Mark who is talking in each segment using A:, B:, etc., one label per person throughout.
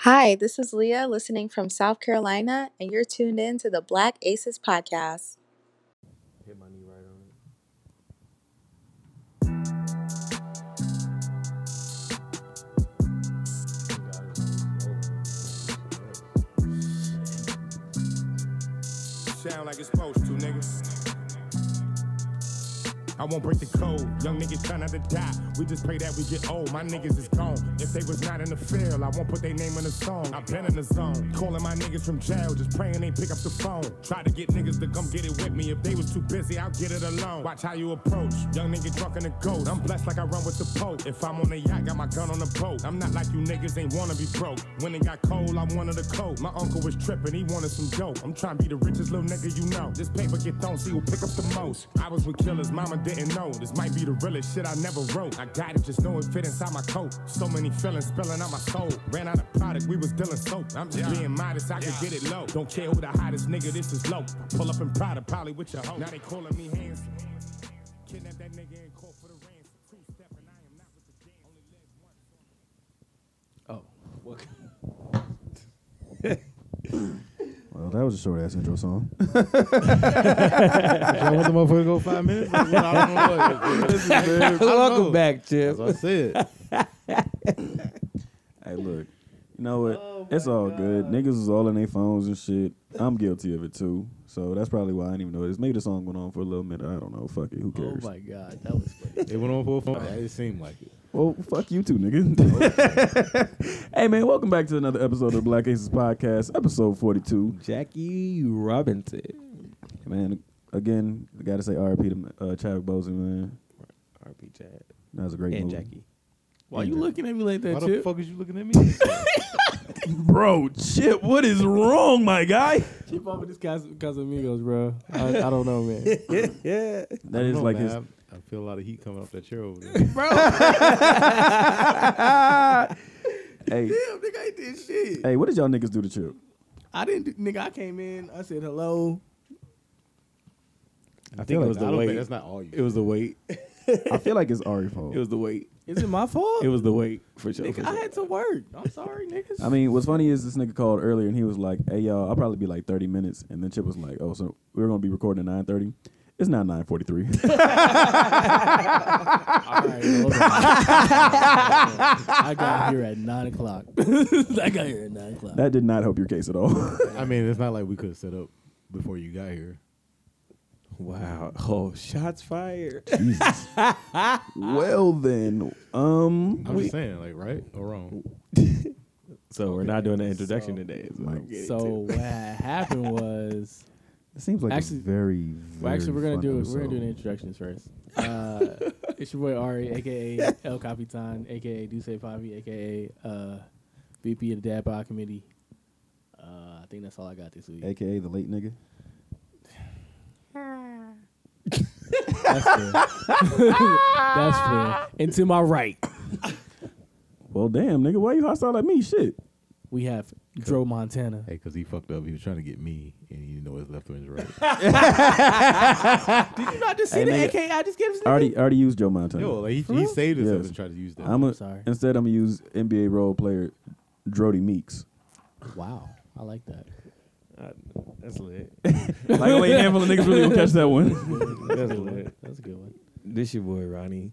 A: Hi, this is Leah listening from South Carolina, and you're tuned in to the Black Aces Podcast.
B: Hit my knee right on it. Got it.
C: Sound like it's supposed to, nigga. I won't break the code. Young niggas trying not to die. We just pray that we get old. My niggas is gone. If they was not in the field, I won't put their name in the song. I've been in the zone. Calling my niggas from jail, just praying they pick up the phone. Try to get niggas to come get it with me. If they was too busy, I'll get it alone. Watch how you approach. Young nigga drunk in the goat. I'm blessed like I run with the Pope. If I'm on a yacht, got my gun on the boat. I'm not like you niggas ain't wanna be broke. When it got cold, I wanted a coat. My uncle was tripping, he wanted some dope. I'm trying to be the richest little nigga you know. This paper get thrown, see who pick up the most. I was with killers, mama didn't know. This might be the realest shit I never wrote. I got it, just know it fit inside my coat. So many feelings spilling out my soul. Ran out of product, we was dealing soap. I'm just being modest, I could get it low. Don't care who the hottest nigga, this is low. Pull up in Prada, probably with your hoe. Now they calling me handsome. Kidnap that nigga and call for the ransom. Two step and I am not with the game. Only live once.
D: Oh, what?
E: Well, Oh, that was a short ass intro song.
B: I want the motherfucker to go five minutes. I don't know what. This is very- I don't know.
D: Welcome back,
B: That's
D: Chip.
B: what I said.
E: hey, look, you know what?
D: Oh
E: it's all good. Niggas is all in their phones and shit. I'm guilty of it too. So that's probably why I didn't even know this. Maybe the song went on for a little minute. I don't know. Fuck it. Who
D: Oh
E: cares?
D: my God, that was funny.
B: It went on for a phone. It seemed like it.
E: well, fuck you too, nigga. hey man, welcome back to another episode of the Black Aces Podcast, episode 42.
D: Jackie Robinson.
E: Man, again, I gotta say R.I.P. to uh, Chadwick Boseman. Man,
D: RP Chad.
E: that was a great
D: And
E: movie.
D: Jackie. Why
E: And
D: you
E: Jackie.
D: looking at me like
B: Why
D: that,
B: the
D: Chip?
B: fuck is you looking at me?
D: Bro, Chip, what is wrong, my guy?
F: Keep up with this Cas- Casamigos, bro. I, I don't know, man.
D: yeah.
E: That is like his.
B: I feel a lot of heat coming off that chair over there.
F: Damn,
E: Hey,
F: nigga, I ain't did shit.
E: hey, what did y'all niggas do to Chip?
F: I didn't, do, nigga. I came in. I said hello.
B: I
D: think it was the weight.
B: That's not all you.
D: It was the weight.
E: I feel like it's Ari's fault.
D: It was the weight.
F: Is it my fault?
D: It was the weight for sure.
F: nigga,
D: for
F: I
D: sure.
F: had to work. I'm sorry, niggas.
E: I mean, what's funny is this nigga called earlier and he was like, "Hey y'all, I'll probably be like 30 minutes." And then Chip was like, "Oh, so we are gonna be recording at 9:30." It's not 9:43.
F: all right, hold on. I got here at nine o'clock. I got here at nine o'clock.
E: that did not help your case at all.
B: I mean, it's not like we could have set up before you got here.
D: Wow. Oh, shots fired.
E: Jesus. well then, um,
B: I'm just saying, like, right or wrong?
D: So we're not doing the introduction today. is what I'm
E: Mike.
D: getting
F: so
D: to.
F: what happened was,
E: it seems like
F: Actually-
E: it's very,
F: well,
E: very
F: actually, we're gonna
E: fun
F: do it. We're
E: episode.
F: gonna do the introductions first. Uh, it's your boy Ari, aka El Capitan, aka Duce Favi, aka uh, VP of the Dad Bod Committee. Uh, I think that's all I got this week.
E: AKA the late nigga.
F: That's fair. That's fair. And to my right,
E: Well, damn, nigga, why you hostile at me? Shit.
F: we have Dro Montana.
B: Hey, because he fucked up. He was trying to get me, and he didn't know his left and his right.
F: Did you not just
E: see Hey, the nigga.
F: AK I just gave
E: I already, I already used Joe Montana.
B: Yo, like he, he saved himself
E: Yes.
B: and tried to use that.
E: I'm a,
F: Sorry.
E: instead I'm gonna use NBA role player Drody Meeks.
F: Wow, I like that.
D: That's lit.
E: like only a handful of niggas really gonna catch that one.
D: That's lit.
F: That's a good one.
D: This your boy Ronnie,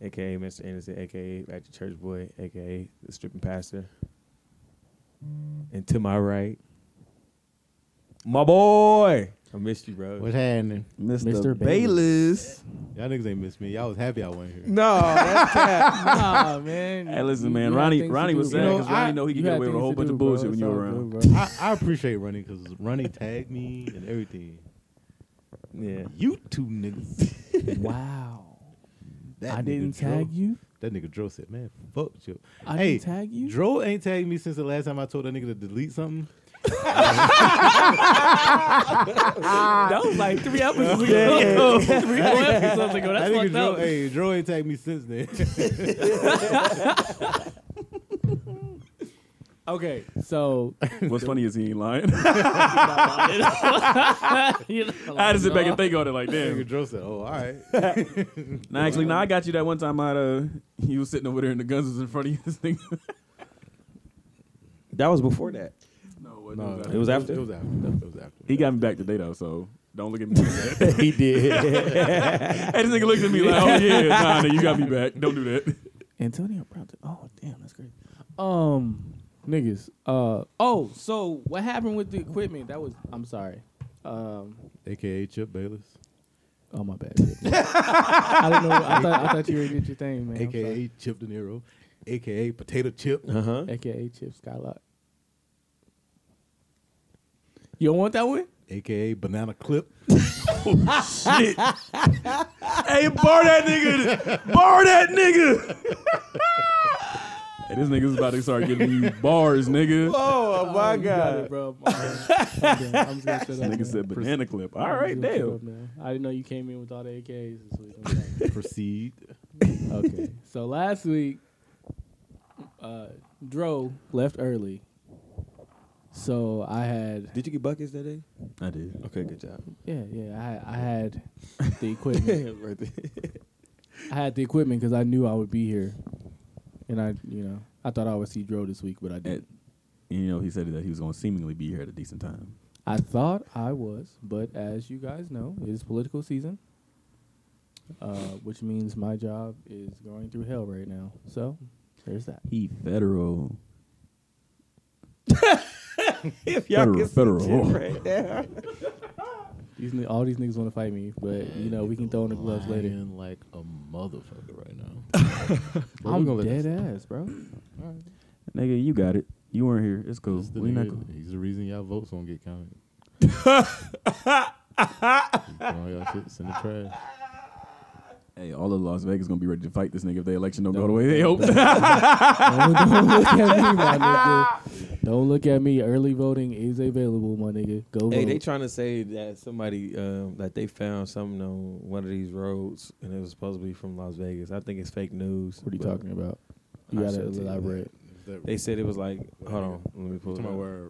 D: aka Mr. Anderson, aka Ratchet Church Boy, aka the stripping pastor. And to my right, my boy. I missed you, bro.
B: What's happening?
E: Mr.
F: Mr.
E: Bayless.
B: Y'all niggas ain't miss me. Y'all was happy I wasn't here.
D: No, that's cap.
F: Nah, man.
E: Hey, listen,
F: You-
E: man.
F: you had
E: Ronnie,
F: things to
E: Ronnie
F: do,
E: was
F: bro.
E: sad
B: You know,
E: because Ronnie
B: I-
E: know he
F: You
E: could get
F: had
E: away with a
F: things
E: whole
F: to
E: bunch
F: do,
E: of
F: bro.
E: bullshit when
F: It's
E: you
F: all
E: were around.
F: good, bro.
B: I, I appreciate Ronnie because Ronnie tagged me and everything.
D: yeah.
B: You two niggas.
F: Wow.
B: That
F: I
B: nigga
F: didn't
B: Dro-
F: tag you.
B: That nigga Dro said, man, fuck you.
F: I
B: hey,
F: didn't tag you?
B: Dro ain't tagged me since the last time I told that nigga to delete something.
F: that was like three episodes ago. three four episodes ago.
B: that nigga Dro, hey, Dro ain't tagged me since then.
F: Okay, so
E: What's funny is he ain't lying.
F: you know,
E: I had to sit back and think on it like,
B: nigga
E: damn.
B: Dro said, oh, all right.
E: Nah, actually, nah, I got you that one time I, uh, you was sitting over there and the guns was in front of you. This thing.
D: That was before that.
E: No,
B: No,
D: It was after?
B: It was after. It was after.
E: He got me back today though, so don't look at me. like that.
D: he did.
E: And this nigga looked at me like, "Oh yeah, nah, nah, you got me back. Don't do that."
F: Antonio Brown. did- Oh damn, that's great. Um, niggas. Uh, oh, so what happened with the equipment? That was. I'm sorry. Um,
B: AKA Chip Bayless.
F: oh my bad. I don't know. I thought I thought you already did your thing, man. I'm sorry.
B: AKA Chip De Niro. AKA Potato Chip.
D: Uh huh.
F: AKA Chip Skylock. You don't want that one?
B: AKA Banana Clip.
E: hey, bar that nigga, bar that nigga. hey, this nigga's about to start giving you bars, nigga.
D: Oh my
F: you got it,
D: god.
F: bro. I'm done. I'm just gonna shut up.
E: Nigga
F: now.
E: said banana clip. All
F: I'm
E: right,
F: just gonna shut
E: damn.
F: up now. I didn't know you came in with all the AKs this week. I'm sorry.
B: Proceed.
F: okay. So last week, uh, Dro left early. So I had,
D: Did you get buckets that day?
E: I did.
D: Okay, good job.
F: yeah, yeah, I, had- I had the equipment.
D: right there.
F: I had the equipment because I knew I would be here, and I, you know, I thought I would see Dro this week, but I didn't.
E: And, you know, he said that he was going to seemingly be here at a decent time.
F: I thought I was, but as you guys know, it is political season, uh, which means my job is going through hell right now. So there's that.
E: He federal.
D: if y'all
E: Federal,
D: can see
E: federal.
D: Jim right there.
F: These ni- all these niggas want to fight me, but you know we can throw in the gloves later.
B: Lying like a motherfucker right now. But we
F: I'm
B: gonna let
F: dead
B: this-
F: ass, bro.
E: Nigga, you got it. You weren't here. It's cool.
B: This the
E: We not
B: nigga,
E: cool.
B: he's the reason y'all votes don't get counted. Keep throwing y'all shits in the trash.
E: Hey, all of Las Vegas gonna be ready to fight this nigga if the election don't go the way they hope.
F: don't, don't look at me, my nigga. Don't look at me. Early voting is available, my nigga. Go
D: Hey,
F: vote.
D: they trying to say that somebody um, that they found something on one of these roads, and it was supposed to be from Las Vegas. I think it's fake news.
F: what are you
D: but
F: talking about? You
D: I
F: gotta
D: shall tell you that.
F: elaborate.
B: Is that-
D: They said it was like, hold on, let me pull
B: Talking
D: it
B: about
D: up.
B: where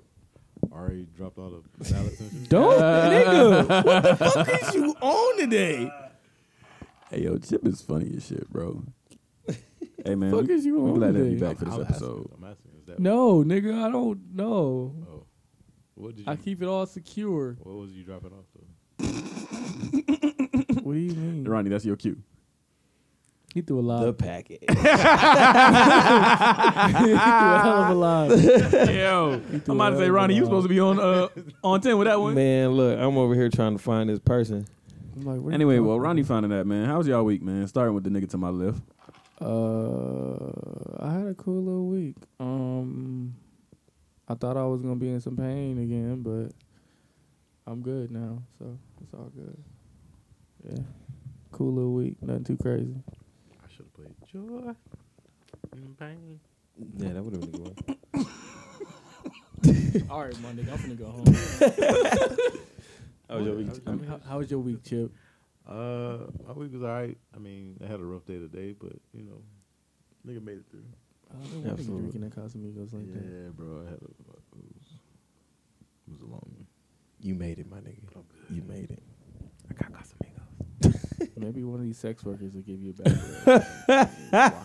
B: Ari dropped all the ballots and shit?
F: Don't, nigga.
E: hey, yo, Chip is funny as shit, bro. hey, man,
F: Fuck
E: we,
F: is you
E: we
F: on
E: glad to have
F: today?
E: you back for this
B: I'm asking-
E: episode.
B: I'm asking, is that
F: No, nigga. I don't know.
B: Oh. What did you
F: I keep it all secure.
B: What was you dropping off though?
F: what do you mean?
E: Ronnie, that's your cue.
F: He threw a lot.
D: The packet.
F: he threw a hell of a lot.
E: yo, I'm about to say, Ronnie, you supposed to be on uh, on ten with that
D: Man, look, I'm over here trying to find this person.
F: I'm like, what are you
E: Anyway,
F: talking
E: well,
F: about?
E: Ronnie finding that man. How's y'all week, man? Starting with the nigga to my left.
F: Uh, I had a cool little week. Um, I thought I was gonna be in some pain again, but I'm good now, so it's all good. Yeah, cool little week. Nothing too crazy.
B: I should have played Joy. and Pain.
D: Yeah, that would have been a good one.
F: all right, Monday. I'm gonna go home.
D: How was your week?
F: I mean, how, how was your week, Chip?
B: Uh, my week was alright. I mean, I had a rough day today, but you know, nigga made it through.
F: I don't know why you
D: Absolutely.
F: drinking that Casamigos like that.
B: yeah, bro. I had a. It was, it was a long one. Oh,
D: You made it, my nigga. You made it.
B: I got Casamigos.
F: Maybe one of these sex workers will give you a bad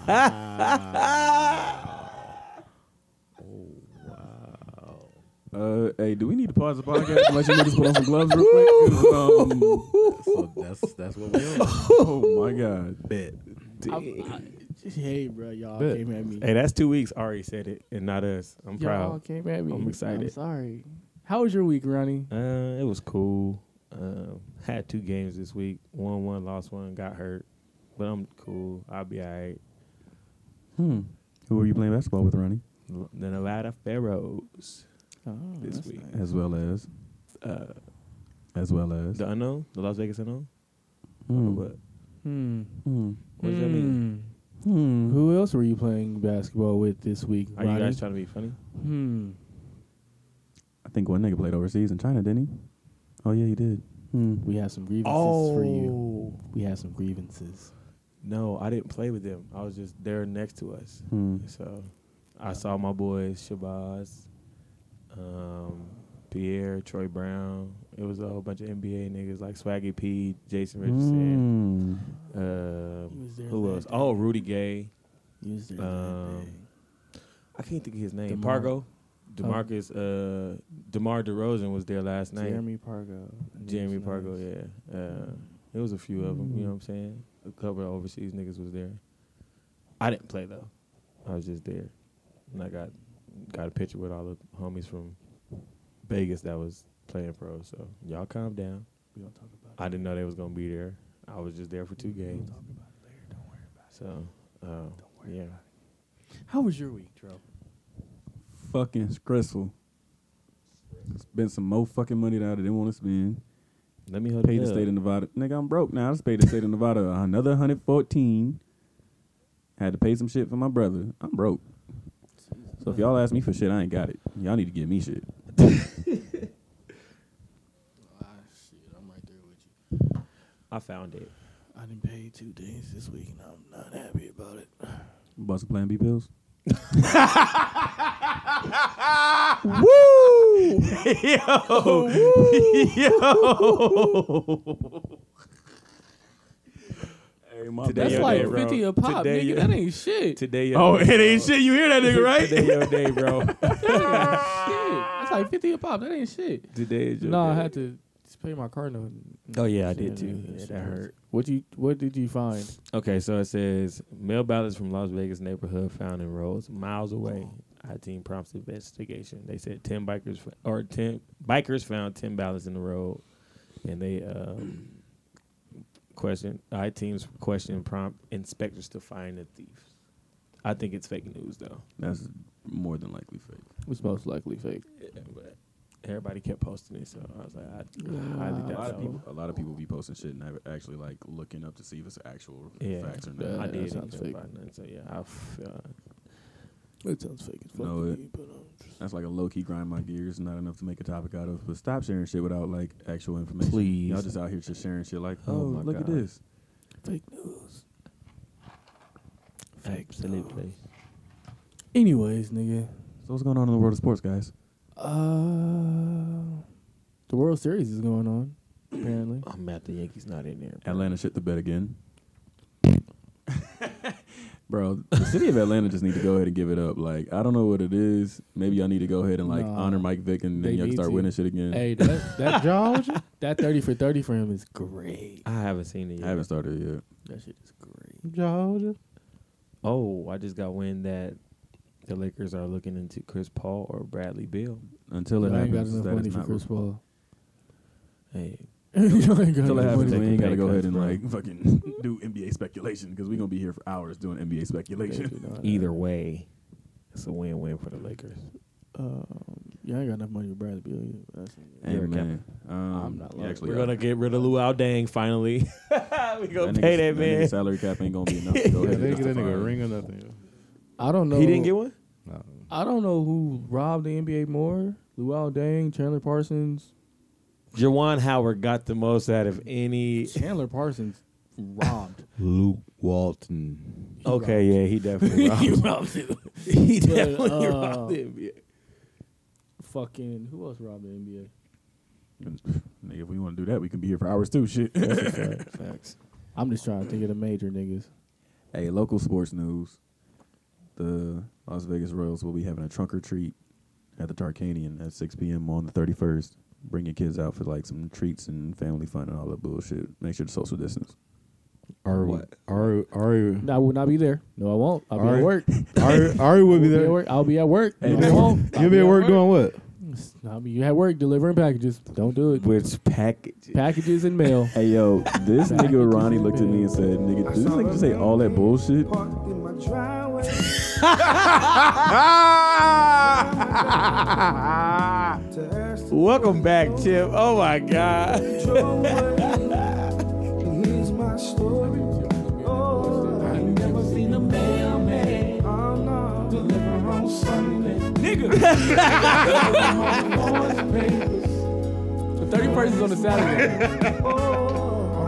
F: rap.
B: Oh wow.
E: Uh, hey, do we need to pause the podcast and let you niggas put on some gloves real quick? 'Cause, um,
B: So that's that's what we on.
E: oh my god.
B: Bet.
F: hey, bro, y'all
B: Bet.
F: came at me.
D: Hey, that's two weeks. Ari said it, and not us. I'm
F: y'all
D: proud.
F: came at me.
D: I'm excited.
F: I'm sorry. How was your week, Ronnie?
D: Uh, it was cool. Um, had two games this week. Won one, lost one, got hurt, but I'm cool. I'll be all right.
E: Hmm. Who are you playing basketball with, Ronnie?
D: L- The Nevada Pharaohs
F: Oh,
D: this
F: that's
D: week.
E: As well as,
D: Uh,
E: as well as.
D: the unknown, the Las Vegas unknown.
E: Hmm.
D: What?
F: Hmm.
E: Hmm.
D: What does that mean?
E: Hmm.
F: Who else were you playing basketball with this week?
D: Are you
F: Ronnie?
D: guys trying to be funny?
F: Hmm.
E: I think one nigga played overseas in China, didn't he? Oh yeah, he did. Hmm.
F: We have some grievances for you.
D: Oh.
F: We have some grievances.
D: no, I didn't play with them. I was just there next to us.
E: Hmm.
D: So I saw my boys Shabazz, um, Pierre, Troy Brown. It was a whole bunch of NBA niggas like Swaggy P, Jason
E: Hmm.
D: Richardson.
F: He was
D: Um,
F: there
D: who
F: that
D: else?
F: day.
D: Oh, Rudy Gay.
F: Use their
D: Um, I can't think of his name.
F: Demar.
D: Pargo. Demarcus, uh, Demar Derozan was there last night.
F: Jeremy Pargo.
D: Jeremy Pargo, yeah. Uh, it was a few of them. You
F: Mm-hmm.
D: know what I'm saying? A couple of overseas niggas was there. I didn't play though. I was just there, and I got got a picture with all the homies from Vegas that was playing pro. So y'all calm down.
F: We don't talk about it.
D: I didn't know they was gonna be there. I was just there for two games.
F: Talk about it later. Don't worry about it.
D: So uh,
F: Don't worry
D: yeah,
F: about it. How was your week, Dro?
E: Fucking stressful. Spent some more fucking money that I didn't want to spend.
D: let me hold
E: Paid
D: it
E: the
D: up.
E: state of Nevada. Nigga, I'm broke now. I just paid the state of Nevada another 114. Had to pay some shit for my brother. I'm broke. So if y'all ask me for shit, I ain't got it. Y'all need to give me shit.
F: Ah, shit, I'm right there with you.
D: I found it.
F: I didn't pay two days this week, and I'm not happy about it.
E: Bought some Plan B pills.
F: That's
D: your
F: like
D: day, bro.
F: fifty a pop,
D: Today
F: nigga.
D: your-
F: that ain't shit.
D: Today, your
B: Oh,
D: day,
B: it ain't shit. You hear that nigga, right?
D: Today your day, bro.
F: shit. That's like fifty a pop. That ain't shit.
D: Today is your
F: No,
D: day.
F: I had to just pay my car note.
D: Oh yeah, I did
F: Yeah,
D: too.
F: that
D: Yeah,
F: shit
D: that
F: was-
D: hurt.
F: What you? What did you find?
D: Okay, so it says mail ballots from Las Vegas neighborhood found in roads miles away. I team prompts investigation. They said ten bikers f- or ten bikers found ten ballots in the road, and they um, questioned I teams question prompt inspectors to find the thieves. I think it's fake news though.
E: That's more than likely fake.
F: Was most likely fake.
D: Yeah, but everybody kept posting it, so I was like, I highly
E: A lot,
D: doubt
E: of
D: that
E: people,
D: one.
E: a lot of people be posting shit and never actually like looking up to see if it's actual
D: Yeah,
E: facts or
F: Yeah,
E: not.
D: I
F: that
D: did.
F: sounds
D: Sounds
F: fake.
D: fake. Nothing, so yeah, I f- uh,
F: It sounds fake as fuck
E: No,
F: to
E: it-
F: me, but um, just,
E: That's like a low key grind my gears, not enough to make a topic out of. But stop sharing shit without like actual information.
D: Please.
E: y'all just out here just sharing shit like, oh,
D: Oh my
E: look at
D: God.
E: this.
F: fake news. Fake news.
D: absolutely.
F: Anyways, nigga.
E: So what's going on in the world of sports, guys?
F: Uh, the World Series is going on. Apparently,
D: I'm mad the Yankees not in there. bro.
E: Atlanta shit the bed again. Bro, the city of Atlanta just need to go ahead and give it up. Like, I don't know what it is. Maybe y'all need to go ahead and like
F: Nah.
E: honor Mike Vick and
F: They
E: then y'all can
F: need
E: start
F: to.
E: winning shit again.
F: hey, that that George, that thirty for thirty for him is great.
D: I haven't seen it yet.
E: I haven't started yet.
F: That shit is great.
B: Georgia.
D: Oh, I just got wind that the Lakers are looking into Chris Paul or Bradley Bill.
E: Until it
F: I ain't got
E: happens,
F: enough
E: that
F: money
E: is
F: for
E: not
F: Chris Paul.
D: Hey,
F: you ain't got
E: Until it
F: no
E: happens,
F: money.
E: we
D: Take
E: ain't gotta
D: the pay
E: go ahead
D: cuts,
E: and
D: bro.
E: like fucking do NBA speculation because we gonna be here for hours doing NBA
F: They
E: speculation.
F: do not.
D: either way, it's a win-win for the Lakers.
F: Um, you ain't got enough money to Bradley Beal. either. That's,
E: Hey
D: You're a
E: man,
F: I'm
E: um,
F: not
E: yeah,
F: lying.
E: actually,
D: We're
E: uh,
D: gonna get rid of Luau Dang finally. we gonna
E: that
D: pay
E: nigga's-
D: that man.
E: nigga's salary cap ain't gonna be enough. To go
B: Yeah,
E: ahead
B: they
E: and
B: get that
E: justify
B: nigga a
E: it.
B: ring or nothing. yo.
F: I don't know.
D: he didn't get one.
B: No.
F: I don't know who robbed the NBA more: Luau Dang, Chandler Parsons.
D: Jawan Howard got the most out of any.
F: Chandler Parsons robbed.
B: Luke Walton.
D: Okay, yeah, he definitely
F: he
D: robbed.
F: robbed it.
D: he
F: But,
D: definitely
F: uh,
D: robbed the NBA.
F: Fucking who else robbed the NBA?
E: Nigga, if we want to do that, we can be here for hours too. Shit.
D: Facts.
F: I'm just trying to think of the major niggas.
E: hey, local sports news: the Las Vegas Royals will be having a trunk or treat at the Tarkanian at 6 p.m. on the 31st. Bring your kids out for like some treats and family fun and all that bullshit. Make sure to social distance.
B: Ari,
D: What?
B: Ari, Ari,
F: No, I will not be there. No, I won't. I'll be
B: All
F: at
B: right.
F: work.
B: Ari, Ari will be
F: I'll at
B: there.
F: work. I'll be at work.
E: Hey,
F: No, I
E: man.
F: won't. I'll
B: You'll be at work doing what?
F: I mean, you at work delivering packages. Don't do it.
D: Which package?
F: Packages and mail.
E: Hey yo, this nigga Ronnie looked at me and said, "Nigga, this nigga say all that bullshit."
D: Welcome back, Chip. Oh my God.
F: The 31st is on a Saturday.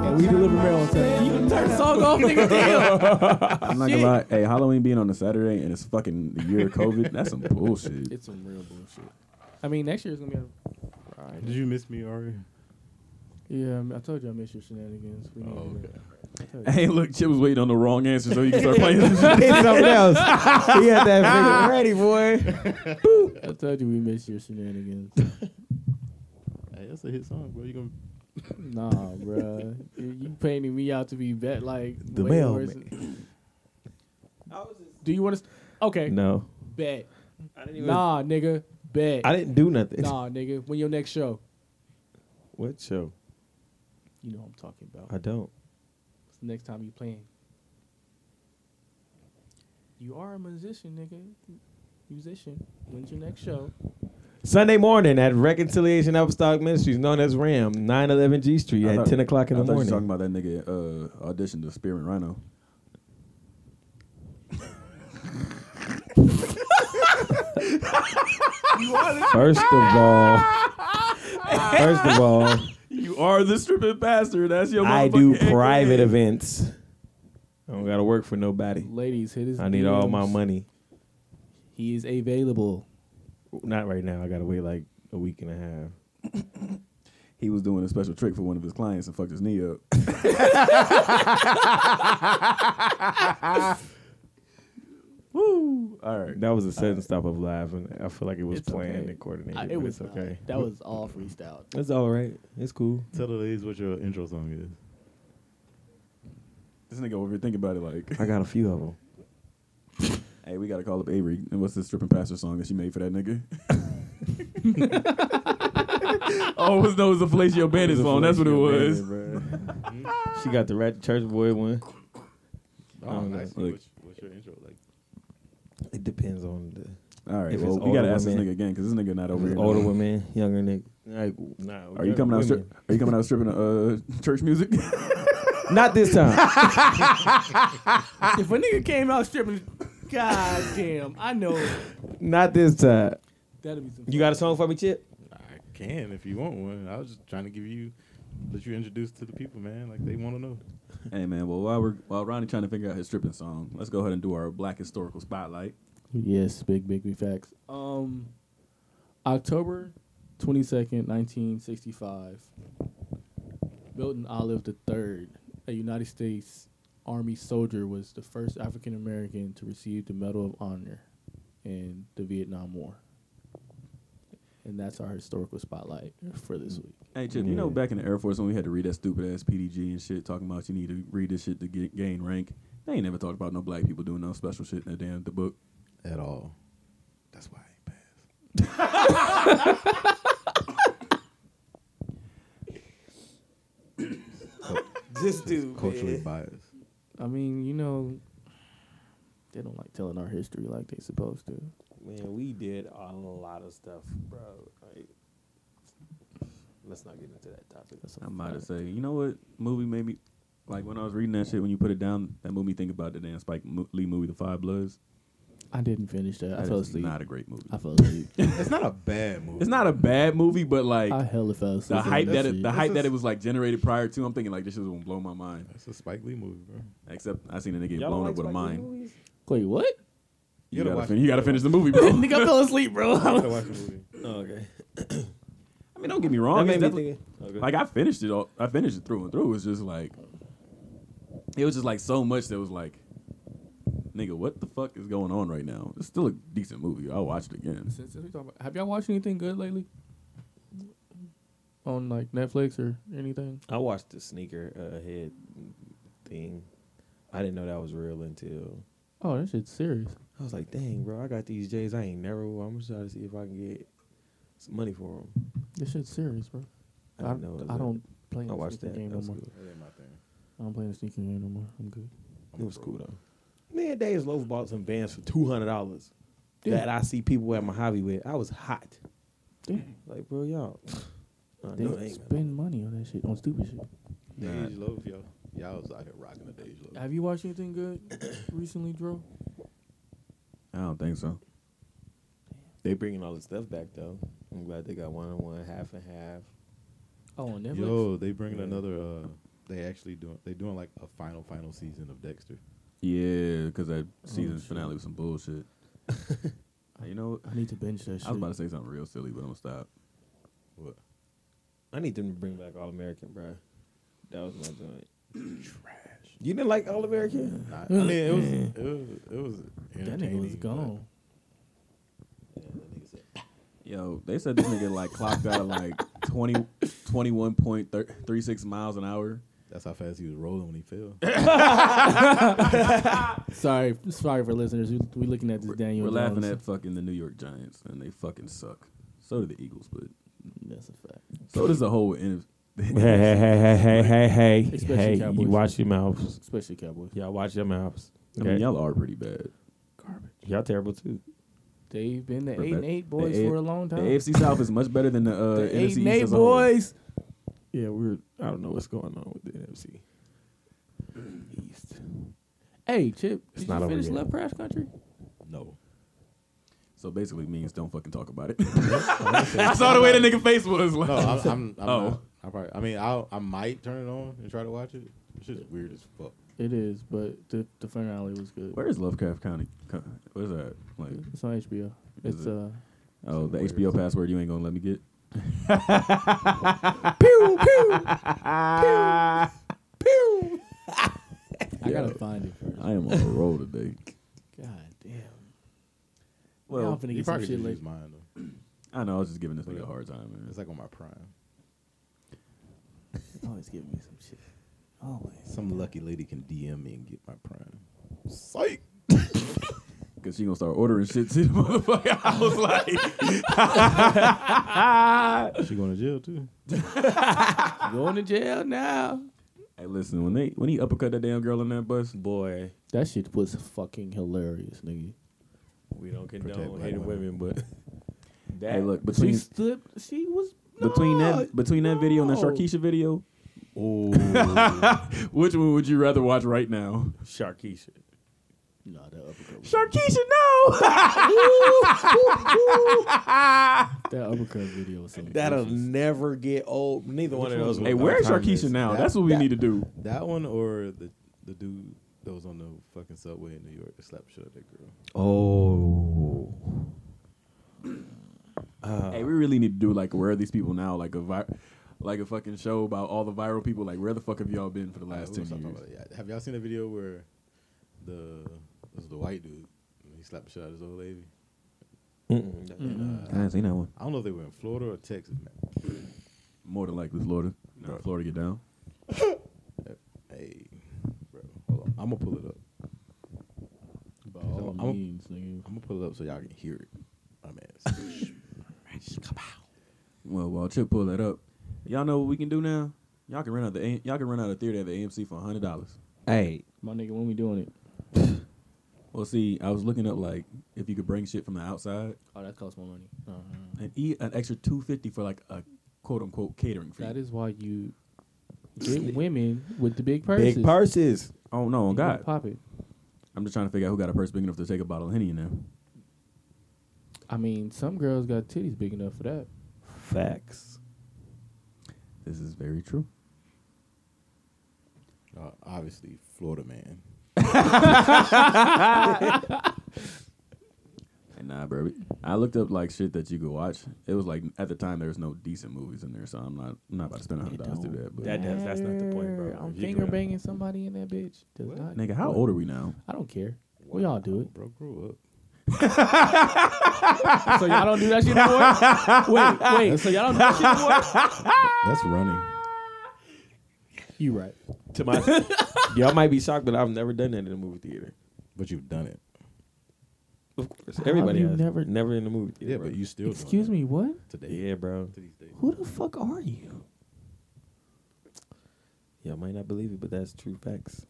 F: and we deliver mail on Saturday. You can turn the song off, nigga. Damn.
E: I'm not gonna lie. Hey, Halloween being on a Saturday and it's fucking the year of COVID. That's some bullshit.
F: It's some real bullshit. I mean, next year's gonna be. A-
B: Did you miss me, Ari?
F: Oh, yeah, I told you I missed your shenanigans. We need to-
E: Hey, look, Chip was waiting on the wrong answer, so you can start playing. this.
D: It's something else. He had that freaking ready, boy.
F: I told you we missed your shenanigans.
B: Hey, that's a hit song, bro. You gonna
F: nah, bruh. You, you painting me out to be bet like
D: The
F: way
D: mailman.
F: worse than- Do you want to? okay,
D: No,
F: bet. Nah, nigga, bet.
D: I didn't do nothing.
F: Nah, nigga. When your next show?
D: What show?
F: You know what I'm talking about.
D: I don't.
F: It's the next time you playing. You are a musician, nigga. Musician. When's your next show?
D: Sunday morning at Reconciliation Upstock Ministries, known as RAM, 911 G Street
E: I
D: at
E: thought-
D: 10 o'clock in
E: I
D: the
E: thought you were talking
D: morning.
E: about that nigga uh, auditioned to Spearman Rhino.
D: First of all, first of all,
E: You are the stripping pastor. That's your.
D: I do
E: motherfucking
D: private
E: AKA.
D: events. I don't gotta work for nobody.
F: Ladies, hit his.
D: I need all my
F: DMs.
D: money.
F: He is available.
D: Not right now. I gotta wait like a week and a half.
E: He was doing a special trick for one of his clients and fucked his knee up. Woo! All right.
D: That was a sudden stop of laughing. I feel like it was
F: It's
D: planned
F: okay.
D: and coordinated.
F: I-
D: but
F: it was
D: it's okay.
F: okay. That was all freestyle.
D: It's all right. It's cool.
B: tell the ladies what your intro song is?
E: This nigga over here think about it like,
D: I got a few of them.
E: hey, we gotta call up Avery. And what's this stripping pastor song that she made for that nigga? oh, it was no, it was the Fellatio Bandit song. That's what it was.
D: she got the rat church boy one.
B: Oh,
D: don't know.
B: nice.
E: Look.
B: What's, what's your intro like?
D: It depends on the
E: All right,
D: If
E: well,
D: it's
E: we gotta
D: older
E: ask this
D: women-
E: nigga again because this nigga not over here.
D: older
E: now.
D: women, younger nigga. Like, nah,
E: Are you coming out? Stri- are you coming out stripping uh, church music?
D: Not this time.
F: if a nigga came out stripping, goddamn, I know
D: Not this time.
F: that'll be some.
D: You got a song for me, Chip?
B: I can if you want one. I was just trying to give you, let you introduce to the people, man. Like they want to know.
E: hey man, well while we're while Ronnie trying to figure out his stripping song, let's go ahead and do our black historical spotlight.
F: Yes, big, big, big facts. Um, October 22nd, 1965, Milton Olive III, a United States Army soldier, was the first African American to receive the Medal of Honor in the Vietnam War. And that's our historical spotlight for this week.
E: Hey Chip, you know
D: Yeah.
E: back in the Air Force when we had to read that stupid ass PDG and shit, talking about you need to read this shit to get, gain rank. They ain't never talked about no black people doing no special shit in the damn the book.
B: At all. That's why I ain't passed.
D: This dude.
B: Culturally biased.
F: I mean, you know, they don't like telling our history like they supposed to.
D: Man, we did a lot of stuff, bro. Like, let's not get into that topic.
E: I might have say, you know what movie made me like when I was reading that shit when you put it down, that made me think about the damn Spike Mo- Lee movie, The Five Bloods.
F: I didn't finish that. I
E: That
F: fell
E: is
F: asleep.
E: Not a great movie.
F: I fell asleep.
B: It's not a bad movie.
E: It's not a bad movie, but like
F: I hella fell asleep. on
E: the hype that it,
F: shit.
E: the
B: This
E: hype that
B: is-
E: it was like generated prior to, I'm thinking like this shit gonna blow my mind.
B: It's a Spike Lee movie, bro.
E: Except I seen a nigga get blown up with a mind.
F: Wait, what?
E: You
B: gotta
E: gotta,
B: watch
E: fin-
B: it.
E: you gotta finish the movie, bro.
F: Nigga, I fell asleep,
B: You
F: bro.
B: gotta watch the movie.
D: Oh, okay.
E: I mean, don't get me
D: That
E: wrong.
D: made
E: it's
D: me
E: definitely-
D: think. Okay.
E: like I finished it. All, I finished it through and through. It was just like it was just like so much that was like, nigga, what the fuck is going on right now? It's still a decent movie. I'll watch it again.
F: Since- since we talking about- have y'all watched anything good lately? On like Netflix or anything?
D: I watched the sneaker uh, head thing. I didn't know that was real until
F: Oh, that shit's serious.
D: I was like, dang, bro, I got these J's. I ain't never. wore. I'm just trying to see if I can get some money for them.
F: This shit's serious, bro.
D: I didn't know. it was
F: I
D: a-
F: don't play in
D: I
F: the
D: watched
F: sneaker
D: that.
F: game
D: That
F: no
D: was
F: more.
D: cool.
B: That ain't my thing.
F: I don't play in the sneaker game no more. I'm good.
D: It was cool though. Man, Days Loaf bought some Vans for two hundred dollars
F: Yeah.
D: that I see people at my hobby with. I was hot.
F: Damn,
D: Like, bro, y'all. I
F: they
D: know it ain't
F: spend money on that shit, on stupid shit.
E: Nah.
B: Dej Loaf, yo. Y'all was out here rocking the Dej Loaf.
F: Have you watched anything good recently, Dro?
E: I don't think so.
D: They bringing all the stuff back though. I'm glad they got one on one, half and half.
F: Oh, on Netflix.
B: Yo, they bringing
D: Yeah.
B: another. uh They actually doing. They doing like a final, final season of Dexter.
E: Yeah, because that season
F: shit.
E: finale was some bullshit. Oh, you know,
F: I need to binge that shit.
E: I was about to say something real silly, but I'm gonna stop.
B: What?
D: I need them to bring back All American, bro. That was my joint.
B: Trash.
D: You didn't like All American?
B: I, I mean, it was it was it was
F: That nigga was
B: entertaining, but-
F: gone.
E: Yo, they said this nigga like clocked out at like 20, 21.36 miles an hour.
B: That's how fast he was rolling when he fell.
F: Sorry, sorry for listeners. We, we looking at this Daniel.
E: We're laughing
F: Jones.
E: at fucking the New York Giants, and they fucking suck. So do the Eagles, but
F: That's a fact.
E: so does the whole. N-
D: Hey, hey, hey, hey, hey, hey, hey.
F: Especially
D: hey,
F: Cowboys.
D: you watch your mouths.
F: Especially Cowboys.
D: Y'all watch your mouths.
E: I mean,
D: Okay?
E: y'all are pretty bad.
D: y'all terrible too.
F: They've been the
E: We're
F: eight and
E: better-
F: eight boys
E: the A-
F: for a long
E: The
F: time.
E: AFC South is much better than the uh,
F: The
E: NFC
F: eight and
E: East
F: eight
E: as a whole.
F: boys.
D: Yeah, we're. I don't know what's going on with the NFC East.
F: Hey, Chip,
D: It's
F: did
D: not
F: you
D: over
F: finish
D: yet.
F: Lovecraft Country?
B: No.
E: So basically, means don't fucking talk about it. I saw the way the nigga face was. Like,
B: No, I'm, I'm, I'm
E: Oh.
B: not. I probably. I mean, I I might turn it on and try to watch it. It's just weird as fuck.
F: It is, but the, the finale was good.
E: Where is Lovecraft County? Co- Where's that? Like,
F: It's on HBO.
E: Is
F: It's
E: it?
F: uh,
E: oh, the
B: Where is
E: HBO
B: it?
E: password you ain't gonna let me get.
F: I
E: Yo.
F: gotta find it first.
E: I am on a roll today.
F: God damn. Well,
E: Well,
F: I'm finna
B: You
F: get some
B: probably
F: shit
B: should
F: later.
B: use mine though.
E: I know I was just giving this nigga a hard time, man.
B: It's like on my prime.
F: Always give me some shit. Always.
B: Some lucky lady can DM me and get my prime. Psych.
E: Cause she gonna start ordering shit too, motherfucker. I was like,
B: She going to jail too.
F: Going to jail now.
E: hey, listen, when they when he uppercut that damn girl on that bus,
D: Boy,
F: That shit was fucking hilarious, nigga.
D: we don't
B: Protect
D: condone
B: black
D: hating women,
B: women.
D: but that
E: hey, look
F: She
E: between
F: stood. She was
E: between
F: No,
E: that between that video and that
F: no.
E: Sharkeisha video, which one would you rather watch right now?
D: Sharkeisha.
F: Nah, that uppercut. Was,
E: Sharkeisha, no.
F: that uppercut video was so.
D: That'll
F: vicious.
D: never get old. Neither one of
B: one
D: those.
B: was
E: hey,
D: will-
B: that?
E: where is
B: Time is
E: Sharkeisha now?
B: that-
E: That's what we
B: that-
E: need to do.
B: That one or the the dude that was on the fucking subway in New York that slapped shit at that girl.
D: Oh,
E: hey, we really need to do like where are these people now? Like a vi- like a fucking show about all the viral people. Like where the fuck have y'all been for the last
B: Alright,
E: ten
B: we're gonna
E: years?
B: stop talking about that. Have y'all seen the video where the it was the white dude and he slapped the shit out of his old lady? uh,
E: I ain't seen that one.
B: I don't know if they were in Florida or Texas, man.
E: More than likely Florida. No, Florida get down.
B: Hey, bro, hold on. I'm gonna pull it up.
F: By all
B: I'm- I'm-
F: means, nigga.
B: I'm gonna pull it up so y'all can hear it. My man.
E: Well, while Chip pull that up, y'all know what we can do now. Y'all can rent out the A- y'all can rent out a theater at the AMC for hundred dollars.
D: hey,
F: My nigga, when we doing it?
E: Well, see, I was looking up like if you could bring shit from the outside
F: Oh, that costs more money. Uh-huh.
E: and eat an extra two fifty for like a quote unquote catering fee.
F: That is why you get women with the big purses.
D: big purses.
E: oh no,
F: You
E: on
F: gonna
E: God,
F: Pop it.
E: I'm just trying to figure out who got a purse big enough to take a bottle of henny in there.
F: I mean, some girls got titties big enough for that.
D: Facts.
E: This is very true.
B: uh, obviously, Florida man.
E: And nah, bro, I looked up like shit that you could watch. It was like at the time there was no decent movies in there, so I'm not I'm not about to spend hundred dollars to do that. But
D: That does- that's not the point, bro.
F: Matter. I'm
D: If you
F: finger
D: can-
F: banging somebody in that bitch. Does not.
E: nigga, how old are we now?
F: I don't care. We all do
B: Bro, grow up.
F: it. so y'all don't do that shit anymore. wait, wait. So y'all don't do that shit anymore.
B: That's running.
F: You right.
D: To my, y'all might be shocked, but I've never done that in a movie theater.
B: But you've done it.
D: Of course,
F: How
D: everybody
F: you
D: has.
F: never-
D: Never, never in a movie theater.
B: Yeah,
D: bro.
B: but you still. doing
F: Excuse
B: it
F: me. What?
B: Today.
D: Yeah, bro.
B: To these days.
F: Who the fuck are you?
D: Y'all might not believe it, but that's true facts.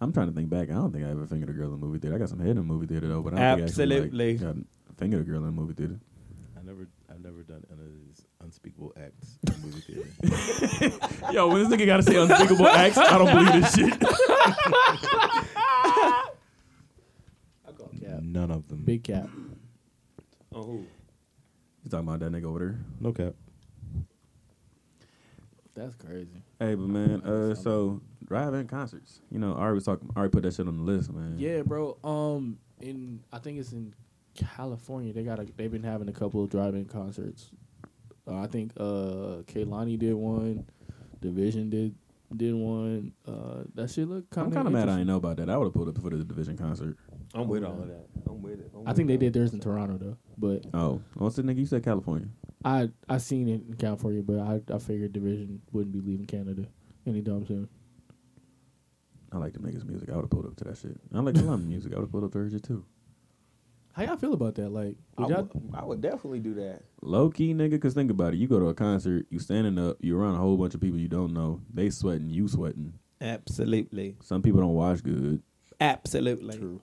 E: I'm trying to think back. I don't think I ever fingered a girl in a movie theater. I got some head in a movie theater though, but I don't
D: Absolutely.
E: think I actually, like, got fingered a girl in a movie theater.
B: I never, I've never done any of these unspeakable acts in movie theater.
E: Yo, when this nigga gotta say unspeakable acts, I don't believe this shit.
B: None of them.
F: Big cap.
D: Oh, who?
E: You talking about that nigga over there?
B: No cap.
F: That's crazy.
E: Hey, but man, uh, so drive-in concerts. You know, I already was talking. I already put that shit on the list, man.
F: Yeah, bro. Um, in I think it's in California. They got a, they've been having a couple of drive-in concerts. Uh, I think uh Kaylani did one. Division did did one. Uh, that shit look kind
E: I'm
F: of.
E: kind of mad I ain't know about that. I would have pulled up for the division concert.
D: I'm with all of that. I'm with it. I'm
F: I
D: with
F: think they
D: it.
F: did theirs in Toronto though, but
E: Oh, what's the nigga? You said California.
F: I I seen it in California, but I I figured Division wouldn't be leaving Canada anytime soon.
E: I like them niggas' music. I would have pulled up to that shit. I like the London music. I would have pulled up to her shit too.
F: How y'all feel about that? Like,
D: I
F: would y'all-
D: would- I would definitely do that.
E: Low key, nigga, cause think about it. You go to a concert, you standing up, you around a whole bunch of people you don't know. They sweating, you sweating.
D: Absolutely.
E: Some people don't wash good.
D: Absolutely. True.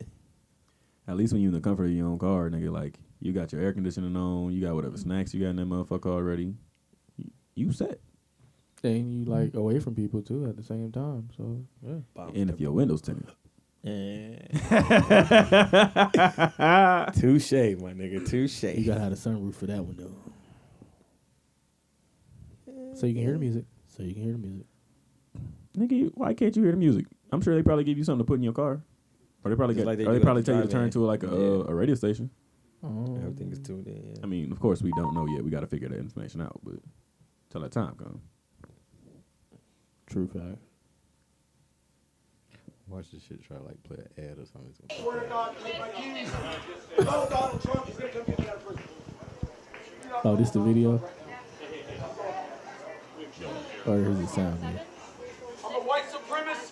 E: At least when you in the comfort of your own car, nigga, like you got your air conditioning on, you got whatever snacks you got in that motherfucker already. You, you set.
F: and you like away from people too at the same time. So yeah,
E: And if your windows tinted.
D: Touche, my nigga. Touche.
F: you gotta have a sunroof for that one though, so you can hear the music. So you can hear the music.
E: Nigga, you- why can't you hear the music? I'm sure they probably give you something to put in your car. Or they probably
D: Just
E: get,
D: like they
E: or they
D: do at
E: probably
D: the
E: tell you to turn
D: drive-in.
E: to like a,
D: Yeah.
E: a radio station.
F: Oh,
D: Everything is tuned in. Yeah.
E: I mean, of course, we don't know yet. We got to figure that information out. But till that time comes,
F: true fact.
B: Watch this shit try to like play an ad or something. It's gonna-
G: swear to God, take my keys. No Donald Trump is gonna come get me out of prison.
F: Oh, this the video.
D: Oh,
F: Or here's the sound. man.
G: I'm a white supremacist.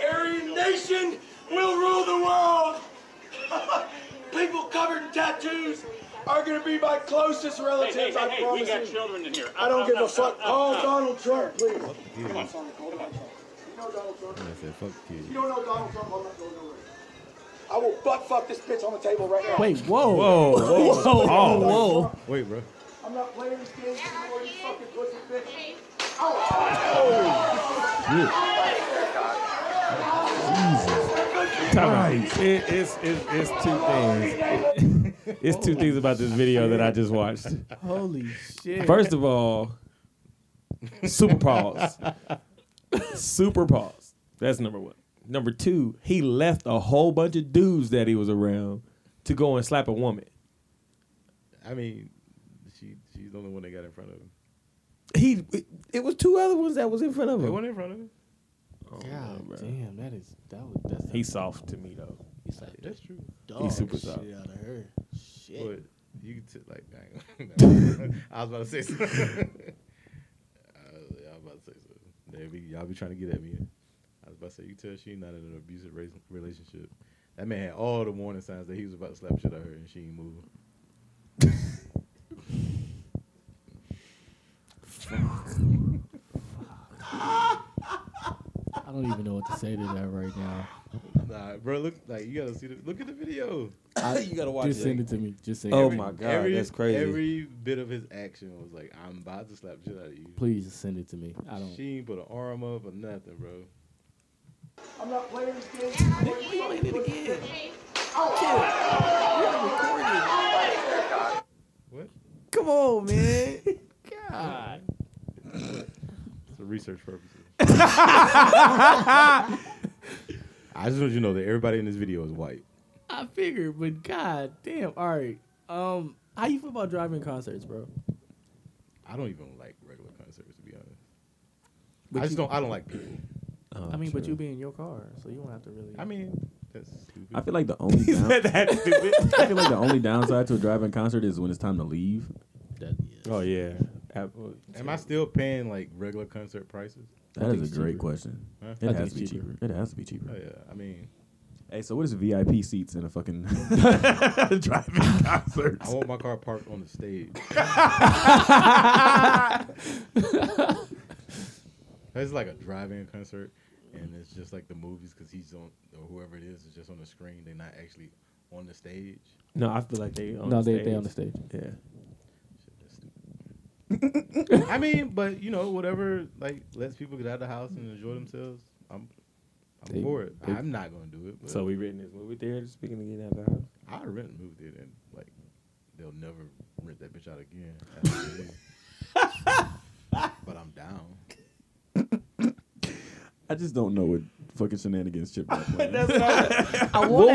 G: The Aryan nation will rule the world. People covered in tattoos are gonna be my closest relatives. I promise you.
H: children in here.
G: I don't give a fuck. Call Donald Trump, please. Come on, Sonic, hold on. You know Donald Trump.
B: I said, fuck kids.
G: You don't know Donald Trump. I'm not going nowhere. I will butt fuck this bitch on the table right now.
F: Wait, whoa,
D: Whoa, Oh. whoa,
G: Donald
F: whoa.
G: Trump.
B: Wait, bro.
G: I'm not playing this game anymore, you fucking pussy bitch.
D: It, it's, it's, it's two things. it's two things about this video that I just watched.
F: holy shit!
D: First of all, super pause. super pause. That's number one. Number two, he left a whole bunch of dudes that he was around to go and slap a woman.
B: I mean, she she's the only one that got in front of him.
D: He, it, it was two other ones that was in front of
B: They
D: him.
B: went in front of him.
F: God
D: bro.
F: damn, that is that was that's
D: He's soft to me though.
F: he's like
B: That's true.
F: dog
D: super
F: shit
D: soft.
F: out of her. Shit.
B: But you can t- like, I, ain't gonna- I was about to say something. I, was, I was about to say something. They be, y'all be trying to get at me. I was about to say, you tell she not in an abusive race, relationship. That man had all the warning signs that he was about to slap shit out of her, and she ain't moving.
F: I don't even know what to say to that right now.
B: Nah, bro, look like you gotta see the look at the video.
D: you gotta watch
F: Just send it to me. Just send
D: Oh
F: it.
D: my god, that's crazy.
B: Every bit of his action was like, I'm about to slap shit out of you.
F: Please just send it to me. I don't.
B: She ain't put an arm up or nothing, bro.
G: I'm not playing this game anymore, you fucking pussy bitch.
B: What?
D: Come on, man.
B: For research purposes. I just want you to know that everybody in this video is white.
F: I figured, but god damn. All right. Um, how you feel about driving concerts, bro?
B: I don't even like regular concerts to be honest.
F: But
B: I just
F: you-
B: don't. I don't like people.
F: I mean, but you be in your car, so you don't have to really.
B: I mean, that's stupid.
E: I feel like the only down,
D: That's stupid.
E: I feel like the only downside to a driving concert is when it's time to leave.
F: that, yeah.
D: Oh yeah.
B: Am I still paying like regular concert prices?
E: That
F: think
E: is
F: it's
E: a great
F: cheaper.
E: question.
B: Huh?
E: It
F: think
E: has
F: it's
E: to be
F: cheaper.
E: cheaper. It has to be
B: Oh
E: cheaper.
B: yeah. I mean,
E: Hey, so what is VIP seats in a fucking driving concert?
B: I want my car parked on the stage. It's like a drive-in concert, and it's just like the movies because he's on or whoever it is is just on the screen. They're not actually on the stage.
D: No, I feel like they. On
F: No,
D: the
F: they
D: stage.
F: they on the stage.
D: Yeah.
B: Shit, that's stupid. I mean, but you know, whatever like lets people get out of the house and enjoy themselves. I'm, I'm
F: They-
B: for it.
F: they-
B: I'm not gonna do it. But
D: So we written this movie theater. Speaking of getting out of the house.
B: I rent a movie theater and like they'll never rent that bitch out again. after this. but I'm down.
E: I just don't know what fucking shenanigans Chip got planned.
D: What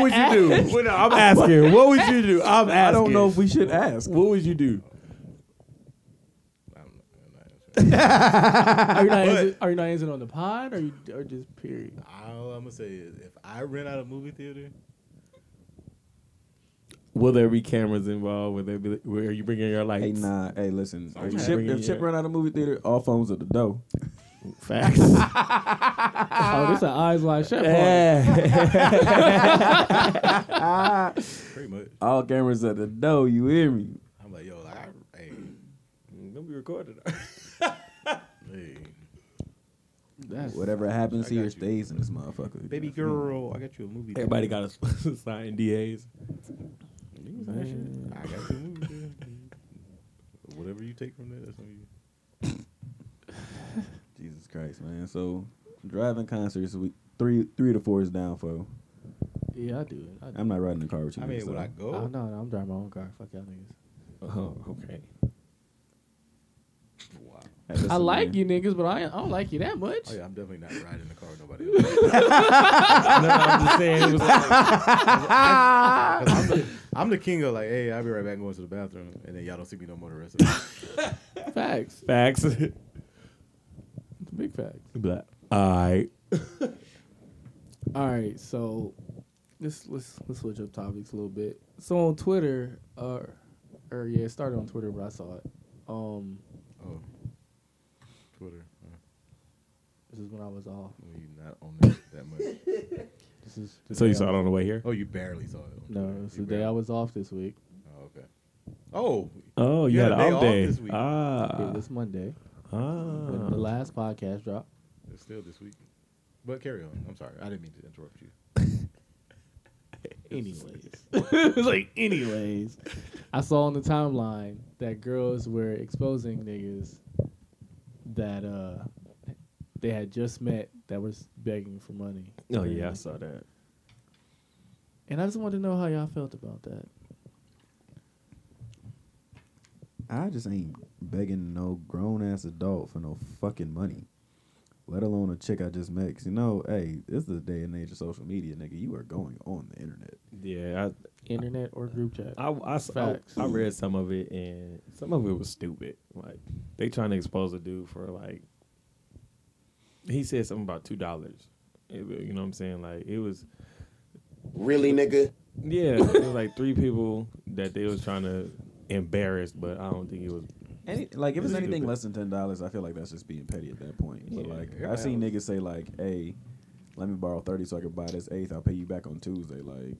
D: would you do? Well, no, I'm asking. What would you do? I'm asking.
E: I don't know if we should ask.
D: What would you do?
B: I'm, I'm not answering.
F: Are you not
B: But-
F: answering, are you not answering on the pod or you or just period?
B: All I'm gonna say is, if I rent out a movie theater,
D: Will there be cameras involved? Will there be? Where are you bringing your
E: Hey,
D: lights?
E: nah. Hey, listen.
D: I'm
E: If
D: not
E: Chip,
D: bringing
E: if
D: you
E: Chip
D: here.
E: run out of movie theater, all phones at the door.
D: Facts.
F: oh, this is an eyes wide shut. Yeah.
D: Eh. Yeah.
B: pretty much,
E: All cameras at the door. You hear me?
B: I'm like, yo, like, I, hey,
D: Gonna be recorded.
B: hey,
F: That's
E: Whatever happens
B: I
E: here
B: got you.
E: stays in this motherfucker.
B: baby girl, I got you a movie. theater.
D: Everybody got to sign NDAs.
F: man.
B: I got you a movie. theater. Whatever you take from that, that's on you.
E: Jesus Christ, man. So driving concerts, we three three to four is down for.
F: Yeah, I do it. I do.
E: I'm not riding the car with you.
B: I
E: niggas,
B: mean,
E: so.
B: would I
F: it. Oh,
B: go?
F: no, no, I'm driving my own car. Fuck y'all niggas.
D: Oh, okay.
B: Wow.
E: Hey, listen,
F: I like
E: man.
F: you niggas, but I, I don't like you that much.
B: Oh yeah, I'm definitely not riding in the car with nobody else.
D: no, I'm just saying. It was like,
B: 'Cause I'm, the, I'm the king of like, hey, I'll be right back going to the bathroom, and then y'all don't see me no more the rest of the
F: Facts.
D: facts.
F: It's big facts.
D: but I.
F: All right, so let's let's let's switch up topics a little bit. So on Twitter, uh, or yeah, it started on Twitter, but I saw it. Um,
B: Oh, Twitter. Uh,
F: this is when I was off.
B: well, you not on there that much.
F: This is
D: So you saw it on the way here?
B: Oh, you barely saw it. on
F: No,
B: Twitter.
F: it's the
B: You
F: day I
B: barely-
F: was off this week.
B: Oh, okay. Oh,
D: Oh, you
B: You
D: had
B: had
D: an
B: a day
D: off
B: off
D: day.
B: this week.
F: yeah,
D: Ah.
F: this Monday, when
D: ah.
F: the last podcast dropped.
B: it's still this week. But carry on. I'm sorry. I didn't mean to interrupt you.
F: Anyways, it's like anyways, I saw on the timeline that girls were exposing niggas that uh they had just met that was begging for money.
D: Oh, yeah, I saw that.
F: And I just wanted to know how y'all felt about that.
E: I just ain't begging no grown ass adult for no fucking money. Let alone a chick I just met. 'Cause you know, hey, this is the day and age of social media, nigga. You are going on the internet.
D: Yeah,
F: Internet or group chat?
D: I I, I, s- I-
F: Facts.
D: I read some of it and some of it was stupid. Like they trying to expose a dude for like he said something about two dollars. You know what I'm saying? Like it was
H: Really, nigga?
D: yeah, it was like three people that they was trying to embarrass, but I don't think it was.
E: Any, like if it's
D: It's
E: anything
D: stupid.
E: less than ten dollars, I feel like that's just being petty at that point. But
D: Yeah.
E: like
B: Yeah.
E: I've seen niggas say like, "Hey, let me borrow thirty so I can buy this eighth. I'll pay you back on Tuesday." Like,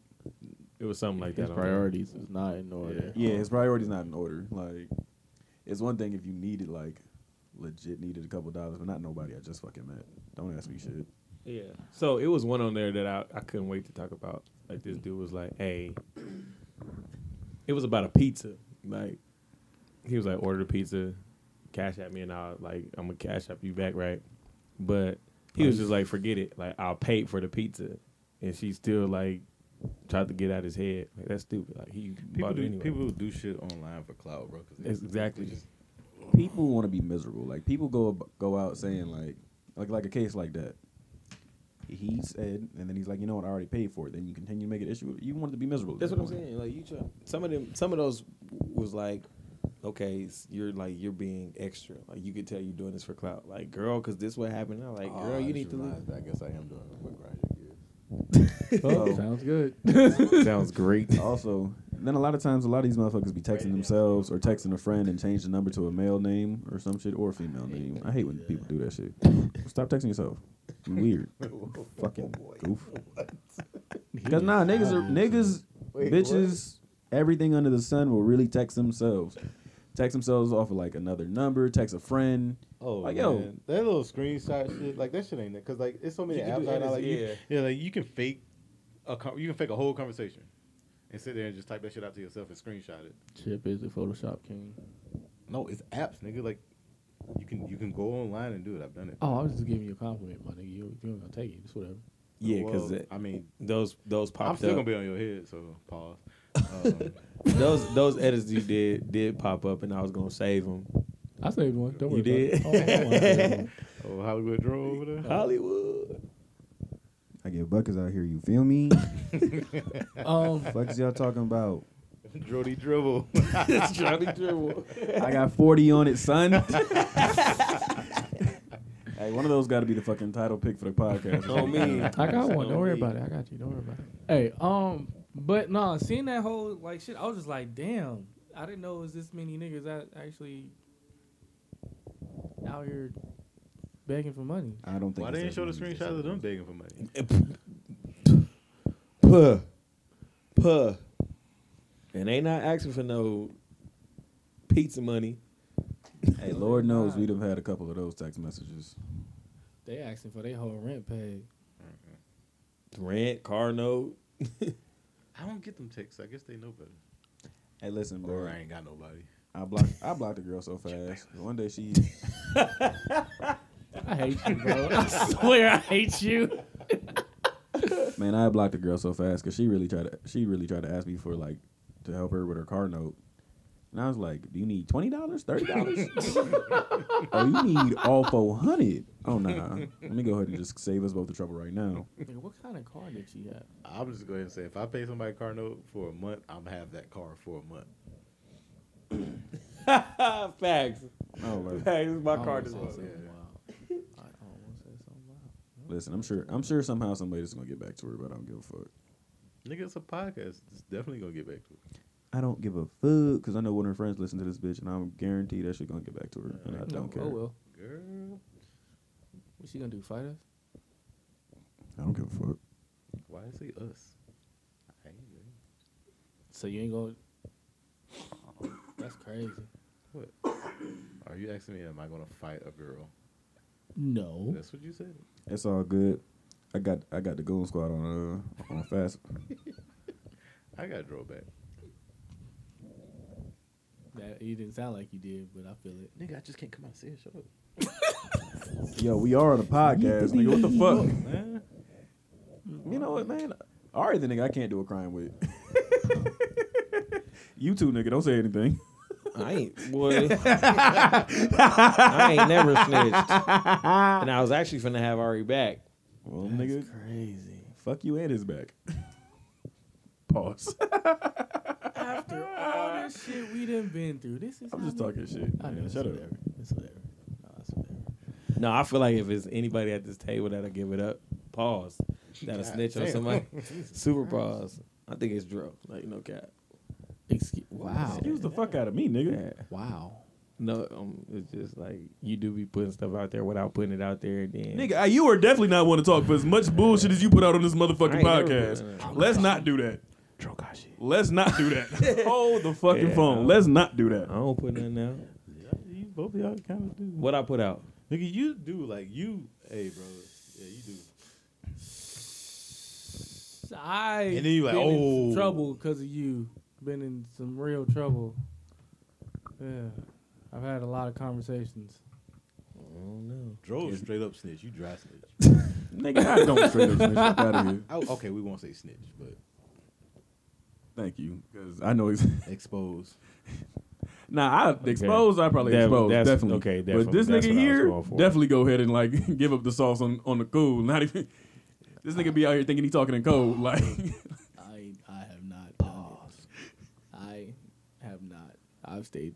D: It was something like
F: His
D: that.
F: priorities is not in order.
E: yeah, his priorities not in order. Like, it's one thing if you needed like legit needed a couple dollars, but not nobody I just fucking met. Don't ask me shit.
D: Yeah. So it was one on there that I, I couldn't wait to talk about. Like this dude was like, "Hey," it was about a pizza. Like he was like, "Order the pizza, cash at me, and I'll like I'm gonna cash up you back, right?" But he was just like, "Forget it. Like I'll pay for the pizza," and she still like tried to get out his head. Like that's stupid. Like he
B: People
D: bought
B: do,
D: it anyway.
B: people do shit online for clout, bro. 'cause they-
D: It's exactly.
B: they just-
E: People want to be miserable. Like people go ab- go out saying like like like a case like that. He said, and then he's like, "You know what? I already paid for it." Then you continue to make an issue. You wanted to be miserable. at
H: That's
E: that
H: what I'm
E: point.
H: saying. Like you try some of them some of those was like, okay, s- you're like you're being extra. Like you could tell you're doing this for clout. Like, girl, cause this what happened now. Like,
B: Oh,
H: girl, you need to leave.
B: I guess I am doing a quick grind.
F: Oh, sounds good.
D: Sounds great.
E: Also, then a lot of times, a lot of these motherfuckers be texting themselves or texting a friend and change the number to a male name or some shit or a female name. I hate when people do that shit. Stop texting yourself. You Weird. Fucking goof. Because nah, niggas are niggas, bitches, everything under the sun will really text themselves. Text themselves off of like another number, text a friend.
B: Oh,
E: Like,
B: like,
E: yo.
B: yo, that little screenshot shit, like that shit ain't because like it's so many
H: You can
B: apps
H: do
B: out
H: edits,
B: now. Like,
H: yeah.
B: you, yeah, like you can fake a con- you can fake a whole conversation and sit there and just type that shit out to yourself and screenshot it.
F: Chip is the Photoshop king.
B: No, it's apps, nigga. Like you can you can go online and do it. I've done it.
F: Oh, I was just giving you a compliment, my nigga. You, you ain't gonna take it. It's whatever.
D: Yeah, because
B: Well, I mean,
D: those those popped
B: I'm still
D: up.
B: gonna be on your head, so pause. Um,
D: those those edits you did did pop up, and I was gonna save them.
F: I saved one. Don't worry.
D: You
F: About it. Oh, oh, I saved one.
B: oh, Hollywood drove over there.
D: Hollywood.
E: I get buckets out here, you feel me?
F: Um,
E: Fuck is y'all talking about?
B: Drody dribble.
H: Johnny Dribble.
E: I got 40 on it, son. hey, one of those got to be the fucking title pick for the podcast.
H: On me.
F: I got one. Don't worry
H: me.
F: about it. I got you. Don't worry about it. Hey, um, but no, seeing that whole like shit, I was just like, damn, I didn't know it was this many niggas that actually out here begging for money.
E: I don't think.
B: Why
E: it's
B: they didn't
E: that
B: show the
E: many.
B: screenshots of them begging for money?
H: Puh. Puh. And they not asking for no pizza money.
E: Hey, Lord knows we'd have had a couple of those text messages.
F: They asking for their whole rent paid.
H: Rent, car note.
B: I don't get them texts. I guess they know better.
E: Hey, listen, bro.
B: Or I ain't got nobody.
E: I blocked. I blocked the girl so fast. One day she.
F: I hate you, bro. I swear I hate you.
E: Man, I blocked the girl so fast because she really tried to. She really tried to ask me for like to help her with her car note, and I was like, "Do you need twenty dollars, thirty dollars? Oh, you need all four hundred? Oh nah. Let me go ahead and just save us both the trouble right now.
F: Nigga, what kind of car did she have?
B: I'm just going to say if I pay somebody a car note for a month, I'm have that car for a month.
H: Facts.
E: Oh, Lord.
H: Facts. My car
F: I
H: just
F: almost
H: was.
F: said something wild. I almost said something wild.
E: listen, I'm sure. I'm sure somehow somebody's gonna get back to her, but I don't give a fuck.
B: Nigga, it's a podcast. It's definitely gonna get back to it.
E: I don't give a fuck because I know one of her friends listen to this bitch, and I'm guaranteed that shit gonna get back to her, and I don't care.
F: Oh well.
B: Girl,
F: What she gonna do? Fight us?
E: I don't give a fuck.
B: why is he us? I ain't gay.
F: So you ain't gonna uh-uh. That's crazy.
B: Are you asking me am I gonna fight a girl?
F: No.
B: That's what you said.
E: It's all good. I got I got the goon squad on uh on fast.
B: I got drove back.
F: That you didn't sound like you did, but I feel it.
B: Nigga, I just can't come out and say it. Shut up.
E: Yo, we are on a podcast, nigga. What the fuck?
B: Man.
E: You know what, man? Ari the nigga I can't do a crime with. you two, nigga, don't say anything.
H: I ain't boy. I ain't never snitched. And I was actually finna have Ari back.
E: Well, nigga,
H: Crazy.
E: fuck you and his back. Pause.
F: After all this shit we done been through, this is
E: I'm
F: how
E: just
F: we-
E: talking shit.
F: I know,
E: Man,
F: it's
E: shut up.
F: whatever. It's whatever. No, it's whatever.
H: No, I feel like if it's anybody at this table that'll give it up, pause. That'll snitch on somebody. Super pause. I think it's Dro. Like no cap.
F: Excuse, wow.
E: Excuse the fuck out of me, nigga.
F: Wow.
H: No, um, it's just like you do be putting stuff out there without putting it out there. And then
E: Nigga, I- you are definitely not one to talk for as much bullshit as you put out on this motherfucking
H: I ain't never put
E: podcast. Let's not do that. Let's not do that. Hold the fucking
H: Yeah, no.
E: phone. Let's not do
H: I
E: that.
H: don't put nothing out.
B: You both of y'all kind of do.
H: What I put out?
B: Nigga, you do like you. Hey, bro. Yeah, you do.
F: I
B: And then you like,
F: been in
B: oh.
F: some trouble because of you. Been in some real trouble. Yeah, I've had a lot of conversations.
H: Oh no.
B: Drove straight up snitch. You dry snitch.
E: Nigga, I don't straight up snitch Fuck out of here.
B: Oh, okay, we won't say snitch, but
E: Thank you, because I know he's.
B: expose.
E: Nah, I expose. I probably
H: That-
E: expose
H: that's-
E: definitely.
H: okay,
E: But
H: definitely.
E: this
H: That's
E: nigga
H: what I was
E: here
H: going for.
E: definitely go ahead and like give up the sauce on on the cool. Not even. This nigga be out here thinking he talking in code. Like,
F: I I have not done it. I have not. I've stayed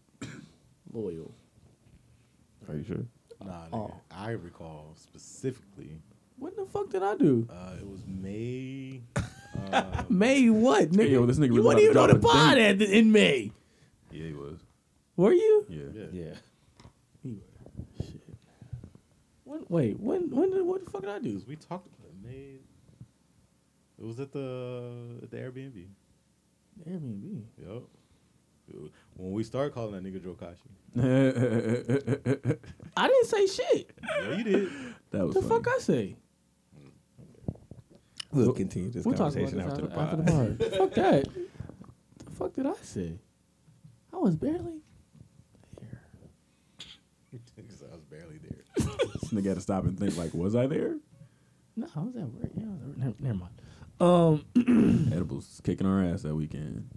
F: loyal.
H: Are you sure?
B: Nah, nigga.
F: Oh.
B: I recall specifically.
F: What the fuck did I do?
B: Uh, it was May.
F: May what, nigga?
E: yo, this nigga really
F: you
E: about
F: weren't
E: to
F: even on the
E: drop a
F: pod at the, in May.
B: Yeah, he was.
F: Were you?
E: yeah.
B: Yeah.
H: Yeah.
F: Shit. When, wait, when when did what the fuck did I do?
B: 'Cause we talked about it, May. It was at the at the Airbnb.
F: Airbnb.
B: Yep. When we started calling that nigga Jokashi.
E: that
F: I didn't say shit.
B: Yeah, you did.
E: was
F: What the
E: funny.
F: fuck I say?
H: We'll continue this
F: We'll talk about
H: conversation
F: this
H: after, the pod.
F: pod. fuck that. The fuck did I say? I was barely there.
B: Because I was barely there.
E: This nigga had to stop and think. Like, was I there?
F: No, I was at work. Yeah, I was at work. Never, never mind. Um,
E: Edibles was kicking our ass that weekend.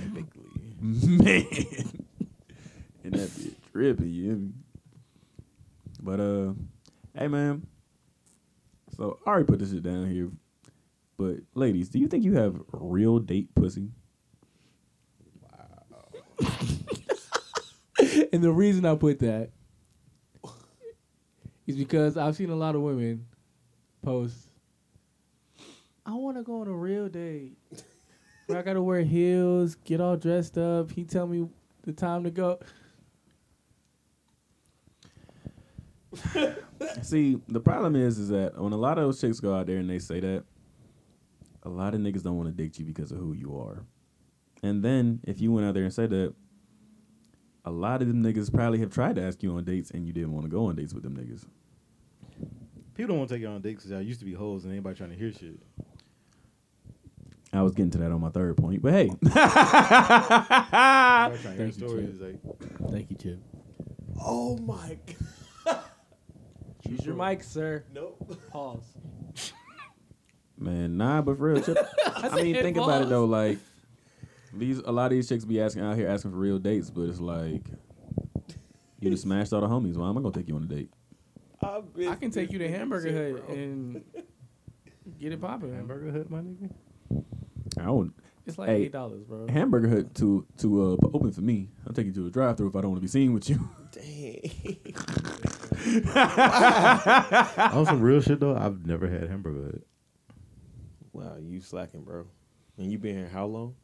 B: Epically.
E: man. and that be trippy, you hear me? But uh, hey man. So Ari put this shit down here. But ladies, do you think you have real date pussy?
F: And the reason I put that is because I've seen a lot of women post, I want to go on a real date. Where I got to wear heels, get all dressed up. He tell me the time to go.
E: See, the problem is, is that when a lot of those chicks go out there and they say that, a lot of niggas don't want to date you because of who you are. And then if you went out there and said that, a lot of them niggas probably have tried to ask you on dates and you didn't want to go on dates with them niggas.
B: People don't want to take you on dates because y'all used to be hoes and anybody trying to hear shit.
E: I was getting to that on my third point, but hey,
B: Everybody trying to hear
I: Thank you,
B: stories like
I: Thank you, Chip.
D: Oh my god.
F: Use your mic, sir.
D: Nope.
F: Pause.
E: man, nah, but for real, Chip, I mean,
F: it
E: think about it
F: was.
E: though, like these a lot of these chicks be asking out here asking for real dates, but it's like you just smashed all the homies. Why am I gonna take you on a date?
D: I've been
F: I can take you to Hamburger Hut
D: Bro.
F: and get it popping.
B: Hamburger Hut, my nigga.
E: I don't.
F: It's like
E: Hey. Uh-huh.
F: eight dollars, bro.
E: Hamburger Hut to to uh, open for me. I'll take you to a drive through if I don't want to be seen with you.
D: Dang.
B: On some real shit though, I've never had Hamburger Hut.
D: wow, you slacking, bro. And you been here how long?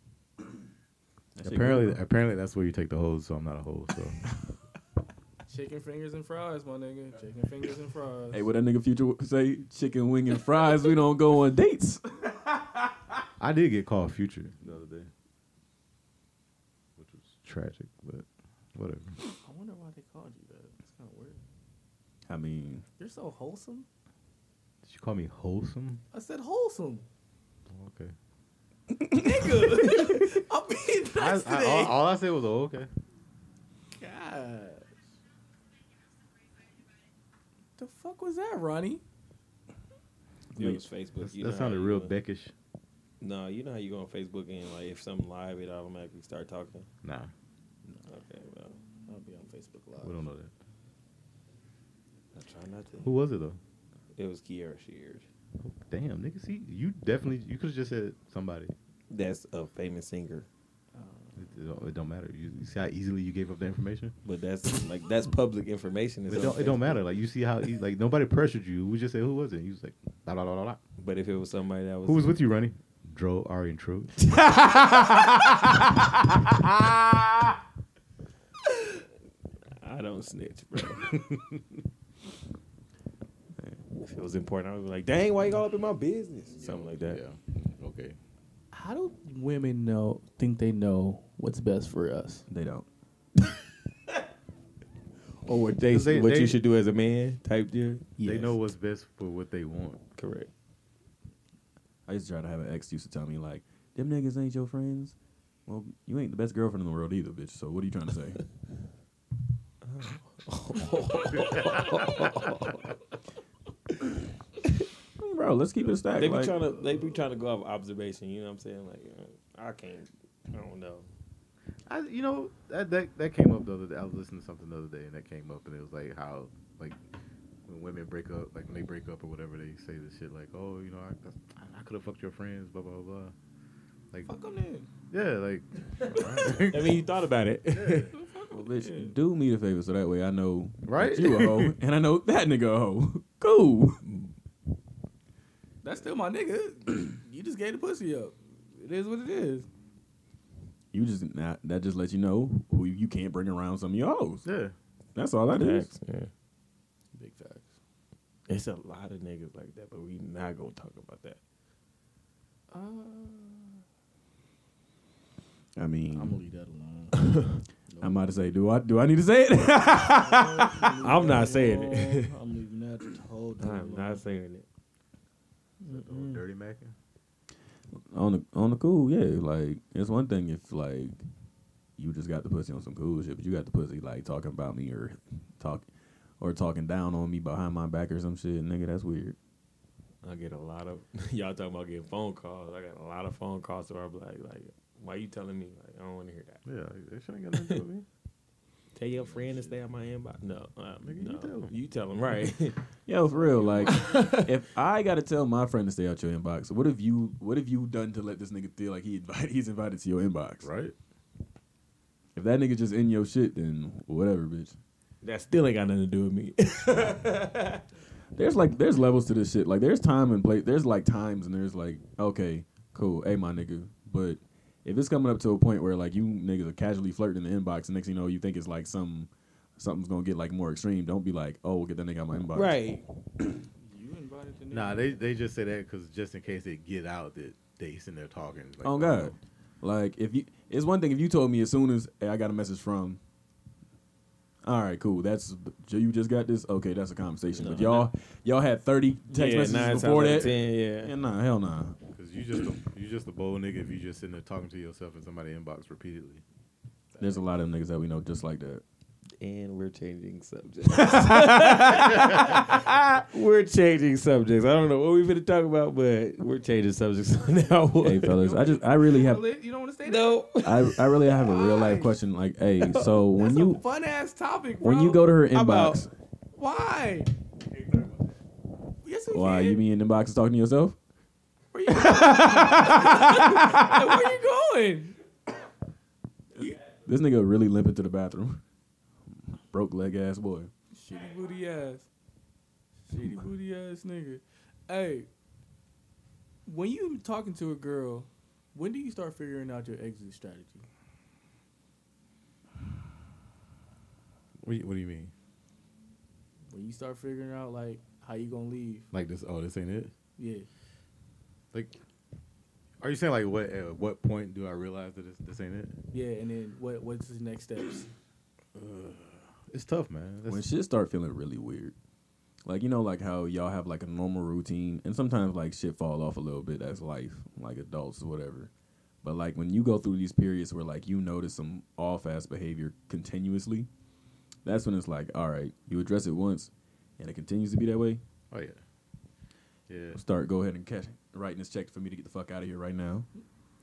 B: Apparently, apparently that's where you take the hoes. So I'm not a hoe. So
F: Chicken fingers and fries, my nigga. Chicken fingers and fries.
E: Hey, what that nigga Future say? Chicken wing and fries. we don't go on dates.
B: I did get called Future the other day, which was tragic, but whatever.
F: I wonder why they called you that. It's kind of weird.
E: I mean,
F: You're so wholesome.
B: Did you call me wholesome?
F: I said wholesome.
B: Oh, Okay.
F: I'm being
B: I,
F: nice
B: I,
F: today.
B: all, all I said was oh, okay.
F: God. The fuck was that, Ronnie?
D: It was Facebook. You know
B: that
D: how
B: sounded
D: you
B: real
D: go-
B: Beckish.
D: No, you know how you go on Facebook and like if something live, it automatically start talking.
B: Nah,
D: Okay, well,
F: I'll be on Facebook
B: we
F: Live.
B: don't know that.
D: I try not to.
B: Who was it though?
D: It was Kiara Sheard.
B: Oh, damn, nigga, see, you definitely you could have just said somebody.
D: That's a famous singer,
B: It, it don't, it don't matter. You, you see how easily you gave up the information.
D: but that's like that's public information. It's
B: It
D: on
B: don't, it don't
D: Facebook.
B: matter. Like you see how e- like nobody pressured you. We just said who was it. You was like blah blah blah blah. blah.
D: But if it was somebody that was
B: Who was with you, Ronnie? Dro, Ari, and True.
D: I don't snitch, bro. if it was important, I would be like, "Dang, why you all up in my business?" Something like that.
B: Yeah. Okay.
F: How do women know? Think they know what's best for us?
E: they don't.
D: Or what they,
B: 'Cause they-
D: what
B: they-
D: you should do as a man type deal.
B: They know what's best for what they want.
D: Correct.
E: I used to try to have an ex used to tell me like, "Them niggas ain't your friends." Well, you ain't the best girlfriend in the world either, bitch. So what are you trying to say? Bro, let's keep it a stack.
D: They be
E: like-
D: trying to they be trying to go off observation. You know what I'm saying? Like, uh, I can't. I don't know.
B: I, you know, that, that that came up the other day. I was listening to something the other day, and that came up, and it was like how, like, when women break up, like when they break up or whatever, they say this shit like, oh, you know, I, I could have fucked your friends, blah blah blah. Like,
F: Fuck them then.
B: yeah, like,
D: I mean, you thought about it.
E: Well, bitch, do me the favor so that way I know that
B: Right?
E: you a hoe and I know that nigga a hoe. Cool.
F: That's still my nigga. you just gave the pussy up. It is what it is.
E: You just not, that just lets you know who you can't bring around some of your hoes.
B: yeah,
E: That's all that is.
D: Facts, yeah.
F: Big facts.
D: It's a lot of niggas like that, but we not gonna talk about that.
F: Uh,
E: I mean, I'm,
F: leave that alone.
E: about to say, do I do I need to say it?
D: I'm not saying it.
F: I'm leaving that whole
D: I'm not saying it.
B: The old dirty macking.
E: on the on the cool, yeah. Like it's one thing if like you just got the pussy on some cool shit, but you got the pussy like talking about me or talk or talking down on me behind my back or some shit, nigga. That's weird.
D: I get a lot of y'all talking about getting phone calls. I got a lot of phone calls to our black. Like, why you telling me? Like, I don't want to hear that.
B: Yeah, like, they shouldn't got nothing to do with me.
H: Tell your friend to stay out my inbox. No, um,
B: Nigga, you
H: no.
B: tell 'em.
H: You tell him right.
E: Yo, for real. Like, if I gotta tell my friend to stay out your inbox, what have you what have you done to let this nigga feel like he invited he's invited to your inbox?
B: right?
E: If that nigga just in your shit, then whatever, bitch.
H: that still ain't got nothing to do with me.
E: There's like there's levels to this shit. Like there's time and place. There's like times and there's like okay, cool, hey my nigga. But if it's coming up to a point where like you niggas are casually flirting in the inbox, and next thing you know you think it's like some something's gonna get like more extreme. Don't be like oh get that nigga out my inbox.
H: right.
F: You invited the nigga.
B: Nah, they they just say that because just in case it get out that they sitting there talking. Like,
E: oh god. Like if you, it's one thing if you told me as soon as hey, I got a message from. All right, cool. That's you just got this. Okay, that's a conversation. but
H: No,
E: y'all, y'all had thirty
H: yeah, nine
E: text messages
H: times
E: before
H: out
E: that.
H: of ten, yeah.
E: Yeah, nah, hell nah.
B: because you just a, you just a bold nigga if you just sitting there talking to yourself in somebody inbox repeatedly.
E: There's a lot of niggas that we know just like that.
H: And we're changing subjects. we're changing subjects. I don't know what we're going to talk about, but we're changing subjects now.
E: hey fellas, I just I really have
F: You don't want to stay there?
H: no.
E: I, I really have a real life question. Like, hey, so when
F: That's
E: you
F: a fun ass topic, bro.
E: when you go to her
H: How about-
E: inbox,
F: Why? Yes, we
E: why
F: can.
E: you mean inbox is talking to yourself?
F: Where you going? Where you going?
E: This nigga really limping to the bathroom. Broke leg ass boy.
F: Shitty booty ass. Shitty booty ass nigga. Hey, when you talking to a girl, when do you start figuring out your exit strategy?
B: What do you, what do you mean?
F: When you start figuring out like how you gonna leave?
B: Like this? Oh, this ain't it.
F: Yeah.
B: Like, are you saying like what? At what point do I realize that this, this ain't it?
F: Yeah, and then what? What's the next steps?
B: It's tough, man. That's,
E: When shit start feeling really weird, like you know, like how y'all have like a normal routine, and sometimes like shit fall off a little bit. That's life, like adults, whatever. But like when you go through these periods where like you notice some off ass behavior continuously, that's when it's like, all right, you address it once, and it continues to be that way.
B: oh yeah, yeah,
E: start go ahead and catch writing this check for me to get the fuck out of here right now.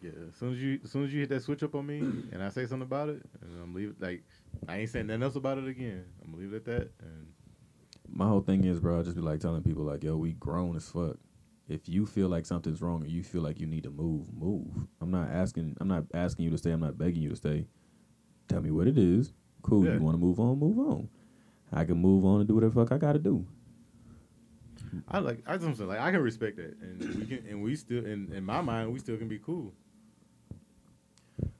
B: yeah. As soon as you as soon as you hit that switch up on me and I say something about it, and I'm leaving. Like, I ain't saying nothing else about it again. I'm gonna leave it at that. And
E: My whole thing is, bro, I just be like telling people like, yo, we grown as fuck. If you feel like something's wrong or you feel like you need to move, move. I'm not asking I'm not asking you to stay, I'm not begging you to stay. Tell me what it is. Cool,
B: Yeah.
E: you wanna move on, move on. I can move on and do whatever the fuck I gotta do.
B: I like I just like I can respect that, and we can and we still in in my mind we still can be cool.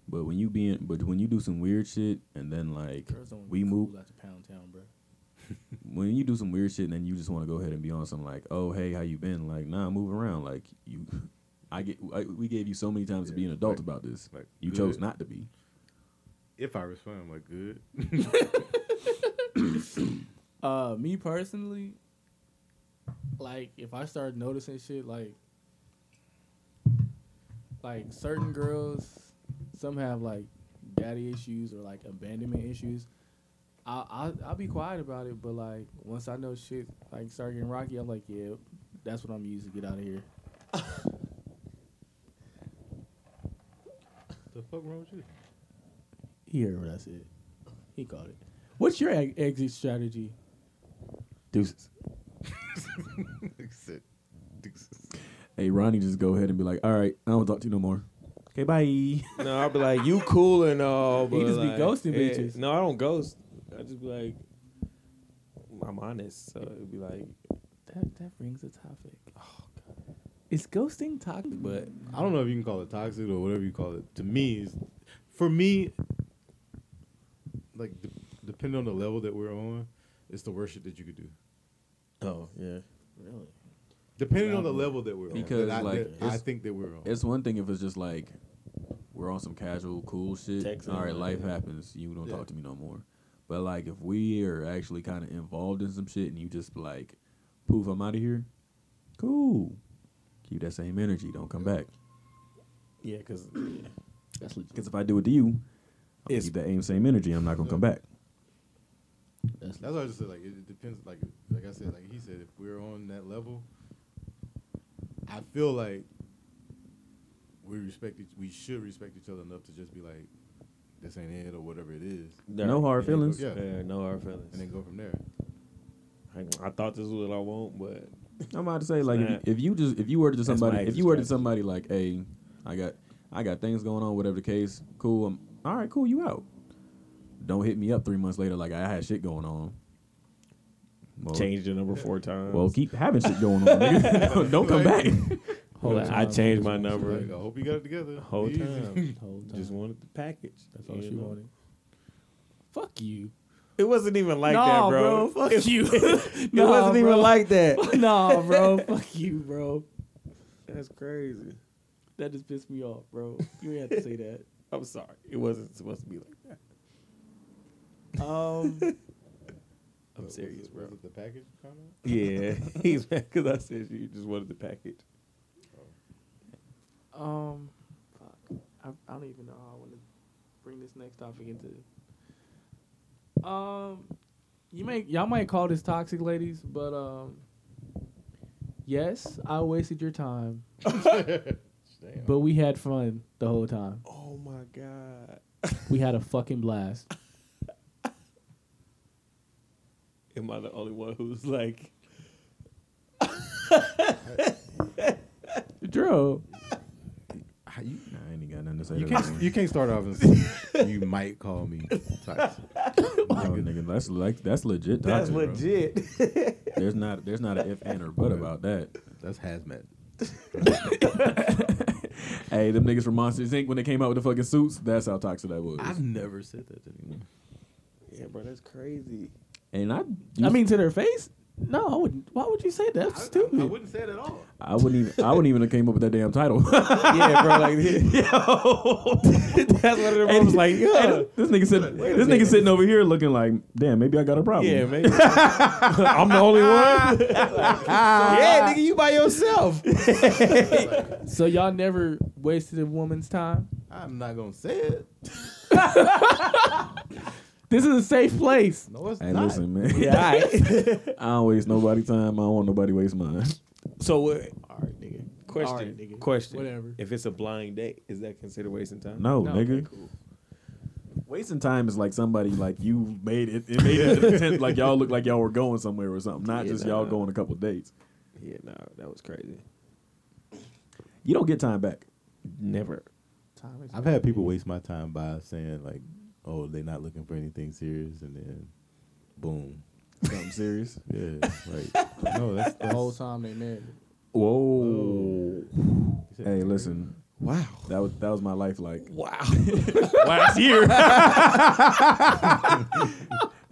E: But when you being but when you do some weird shit and then like
F: Girls don't
E: we
F: be
E: move
F: cool out to Pound Town, bro.
E: when you do some weird shit and then you just want to go ahead and be on some like, oh hey, how you been? Like, nah, move around. Like you, I get. I, we gave you so many times to be an adult
B: like-
E: about this.
B: like,
E: you
B: good.
E: chose not to be.
B: If I respond, I'm like good.
F: Uh, me personally, like if I start noticing shit, like like certain girls, some have like daddy issues or like abandonment issues. I I I'll be quiet about it, but like once I know shit like start getting rocky, I'm like, yeah, that's what I'm using. Get out of here.
B: the fuck wrong with you?
F: He heard what I said. He caught it. What's your ex- exit strategy?
E: Deuces.
B: Exit. Exit.
E: Hey, Ronnie, just go ahead and be like, all right, I don't talk to you no more.
D: Okay, bye.
H: No, I'll be like, you cool and all, but
F: He just be
H: like,
F: ghosting
H: yeah,
F: bitches.
H: No, I don't ghost. I just be like, I'm honest. So it'd be like,
F: That that brings a topic. Oh god. Is ghosting toxic?
H: but
B: I don't know if you can call it toxic or whatever you call it. To me, is for me, like de- depending on the level that we're on, it's the worst shit that you could do.
H: oh yeah,
F: Really?
B: Depending on the level that we're
E: Because,
B: on, that I-
E: like,
B: that I,
E: it's-
B: think that we're on.
E: It's one thing if it's just like we're on some casual cool shit.
H: Texting,
E: all right,
H: yeah.
E: life happens. You don't
B: Yeah.
E: talk to me no more. But like if we are actually kind of involved in some shit and you just be like, poof, I'm out of here. Cool. Keep that same energy. Don't come back.
H: yeah, because
F: That's legit.
E: Because if I do it to you, i
H: It's-
E: keep that aim- same energy. I'm not gonna come back.
F: That's
B: That's what I just said. Like it, it depends. Like like I said, like he said, if we're on that level, I feel like we respect. Each, we should respect each other enough to just be like, this ain't it or whatever it is,
E: No
H: Yeah, it
E: hard
H: goes-
E: feelings.
B: Yeah.
H: Yeah, no hard feelings.
B: and then go from there.
H: I, I thought this was what I want, but
E: I'm about to say like if you,
H: Snap.
E: if you just if you were to
H: That's my
E: somebody if you were to
H: exit
E: somebody like hey I got I got things going on whatever the case cool I'm all right cool you out don't hit me up three months later like I had shit going on well,
H: changed the number four times.
E: well keep having shit going on nigga. don't come back
F: Whole
H: Like, I
F: time.
H: changed my
B: Like, I
H: number
B: hope you got it together.
H: the whole
B: Easy.
H: time.
F: Whole time.
H: Just wanted the package.
F: That's all
H: you
F: she
H: know?
F: wanted. Fuck you.
H: It wasn't even like that,
F: Nah,
H: bro.
F: bro, fuck
H: it,
F: you.
H: it
F: Nah,
H: wasn't
F: bro.
H: even like that.
F: nah, bro. Fuck you, bro.
H: That's crazy.
F: That just pissed me off, bro. You didn't have to say that.
H: I'm sorry. It wasn't supposed to be like that.
F: Um,
H: I'm
B: Was it-
H: serious, bro.
B: Was it the package comment?
H: Yeah, he's mad because I said you just wanted the package.
F: um, fuck. I, I don't even know how I want to bring this next topic into. Um, you may y'all might call this toxic, ladies, but um, yes, I wasted your time,
B: Damn.
F: but we had fun the whole time.
H: Oh my god.
F: We had a fucking blast.
H: Am I the only one who's like,
F: Drew,
E: Nah, I ain't got nothing to say
B: you
E: to that
B: can't,
E: one.
B: you can't start off and say, you might call me. Types. Oh,
E: No, nigga, that's like that's legit
H: that's
E: toxic, bro.
H: legit?
E: there's not there's not an if and or but about that
B: That's hazmat.
E: hey them niggas from Monsters Inc when they came out with the fucking suits that's how toxic that was
B: I've never said that to anyone.
H: yeah, bro, that's crazy.
E: and I
F: I mean, to their face. No, I wouldn't. Why would you say that? That's stupid.
B: wouldn't say it at all.
E: I wouldn't even I wouldn't even have came up with that damn title.
H: yeah, bro, like, that's one of the rooms, like, yeah.
E: this nigga sitting this nigga sitting over here looking like, damn, maybe I got a problem.
H: Yeah, maybe. I'm the only one. yeah, nigga, you by yourself.
F: So y'all never wasted a woman's time.
B: I'm not gonna say it.
F: This is a safe place.
B: No, it's
E: Hey,
B: not.
E: listen, man.
H: Yeah, all right.
E: I don't waste nobody's time. I don't want nobody waste mine.
H: So, what?
F: All right, nigga.
H: Question.
F: All right, nigga.
H: Question.
F: Whatever.
H: If it's a blind date, is that considered wasting time?
E: No, nigga. Wasting time is like somebody like you made it. It made it an attempt, like y'all look like y'all were going somewhere or something. Not
H: Yeah,
E: just y'all
H: nah.
E: going a couple dates.
H: Yeah, no, that was crazy.
E: You don't get time back.
H: Never.
F: Time is-
B: I've had people waste my time by saying like, "Oh, they're not looking for anything serious," and then, boom.
E: Something serious.
B: Yeah, like no, that's
F: the whole time they married.
E: Whoa. Hey, listen. Wow. That was that was my life like
H: Wow.
E: last year.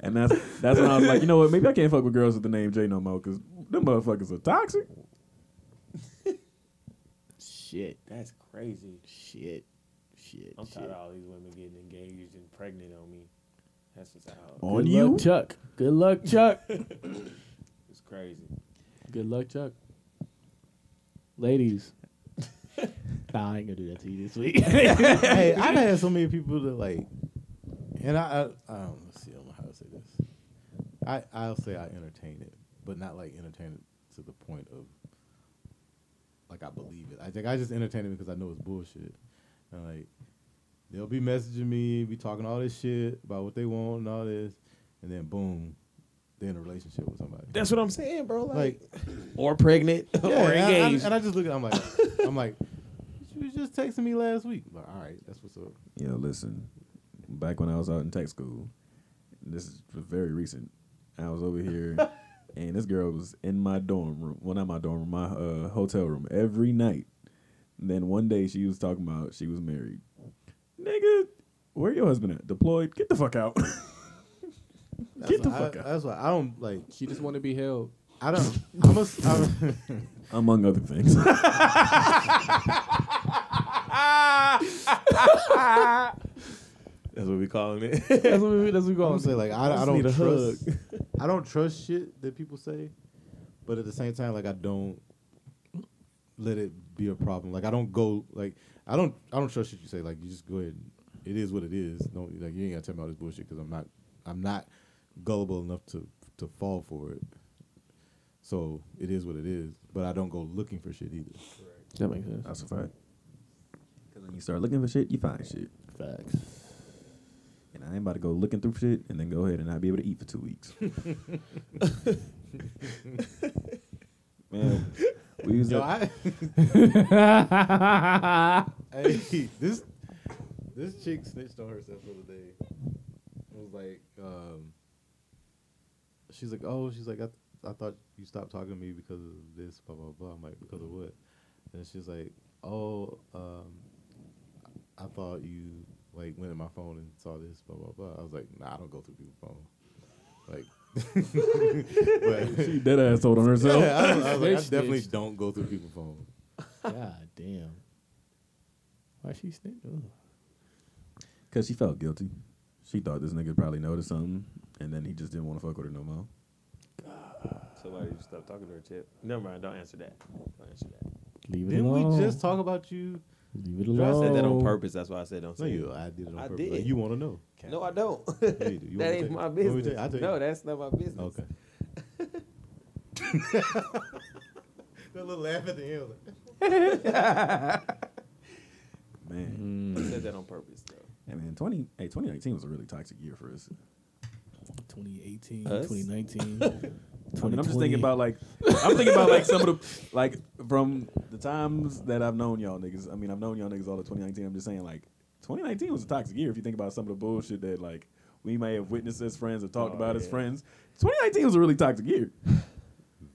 E: and that's that's when I was like, you know what? Maybe I can't fuck with girls with the name J no more because them motherfuckers are toxic.
H: Shit, that's crazy. Shit.
B: shit.
H: I'm tired of all these women getting engaged and pregnant on me. That's just how
E: On
F: Good
E: you?
F: luck, Chuck. Good luck, Chuck.
H: it's crazy.
F: Good luck, Chuck. Ladies. nah, I ain't gonna do that to you this week.
B: hey, I've had so many people that like, and I, I, I don't let's see, I don't know how to say this. I, I'll say I entertain it, but not like entertain it to the point of like I believe it. I think I just entertain it because I know it's bullshit. And like, they'll be messaging me, be talking all this shit about what they want and all this, and then boom, they're in a relationship with somebody.
H: That's what I'm saying, bro.
B: like,
H: or pregnant or
B: yeah, and I- and I-
H: engaged.
B: and I just look at, I'm like, I'm like, she was just texting me last week. I'm like, all right, that's what's up.
E: Yeah, listen. Back when I was out in tech school, this is very recent. I was over here, and this girl was in my dorm room. Well, not my dorm room, my uh, hotel room every night. then one day she was talking about she was married. Nigga, where your husband at? Deployed? Get the fuck out. Get the
B: why
E: fuck
B: I,
E: out.
B: That's why I don't like.
F: she just want to be held.
B: I don't. I'm a. I'm,
E: Among other things.
H: that's what we calling it.
F: That's what we. That's what we
B: I'm
F: call
B: gonna say
F: it.
B: like I, I
H: just
B: don't
H: need a
B: trust. I don't trust shit that people say, but at the same time, like I don't let it be a problem. Like I don't go like I don't I don't trust shit you say. Like you just go ahead. It is what it is. Don't like you ain't gotta tell me all this bullshit because I'm not I'm not gullible enough to to fall for it. So it is what it is. But I don't go looking for shit either.
F: That makes sense.
E: That's a fact. Because when you start looking for shit, you find shit.
F: Facts.
E: I ain't about to go looking through shit and then go ahead and not be able to eat for two weeks. Man, we was
B: Yo,
E: at-
B: I, hey, this this chick snitched on herself the other day. It was like, um, she's like, oh, she's like, I, I thought you stopped talking to me because of this, blah blah blah. I'm like, because of what? And she's like, oh, um, I thought you like went in my phone and saw this, blah blah blah. I was like, nah, I don't go through people's phone. Like, but
E: she dead ass told on herself.
B: yeah, I, was- I was like, I
F: Snitch,
B: definitely
F: snitch.
B: don't go through people's phone.
F: God damn. Why she snitch? Ugh.
E: Cause she felt guilty. She thought this nigga probably noticed something, and then he just didn't want to fuck with her no more.
H: Somebody just stopped talking to her, Chip. Never mind. Don't answer that. Don't answer that.
F: Leave it
B: Didn't
F: alone.
B: we just talk about you?
F: Leave it
H: I
F: alone.
H: said that on purpose. That's why I said don't
B: No,
H: say
B: you. I did it on
H: I
B: purpose.
H: did.
B: You want to know?
H: it. No, I don't.
B: Yeah, you do. You want me to
H: that
B: tell
H: ain't
B: you?
H: my
B: You want me to
H: business.
B: tell you? I'll tell
H: no,
B: you.
H: that's not my business.
B: Okay. that little laugh at the end. was like,
E: Man,
H: I said that on purpose, though.
E: hey man, twenty hey, 2019 was a really toxic year for us.
F: 2018,
H: Us?
F: 2019.
E: I mean, I'm just
F: 2020.
E: thinking about like I'm thinking about like some of the like from the times that I've known y'all niggas. I mean, I've known y'all niggas all of 2019. I'm just saying like 2019 was a toxic year if you think about some of the bullshit that like we may have witnessed as friends or talked
H: Oh,
E: about as
H: yeah.
E: friends. 2019 was a really toxic year.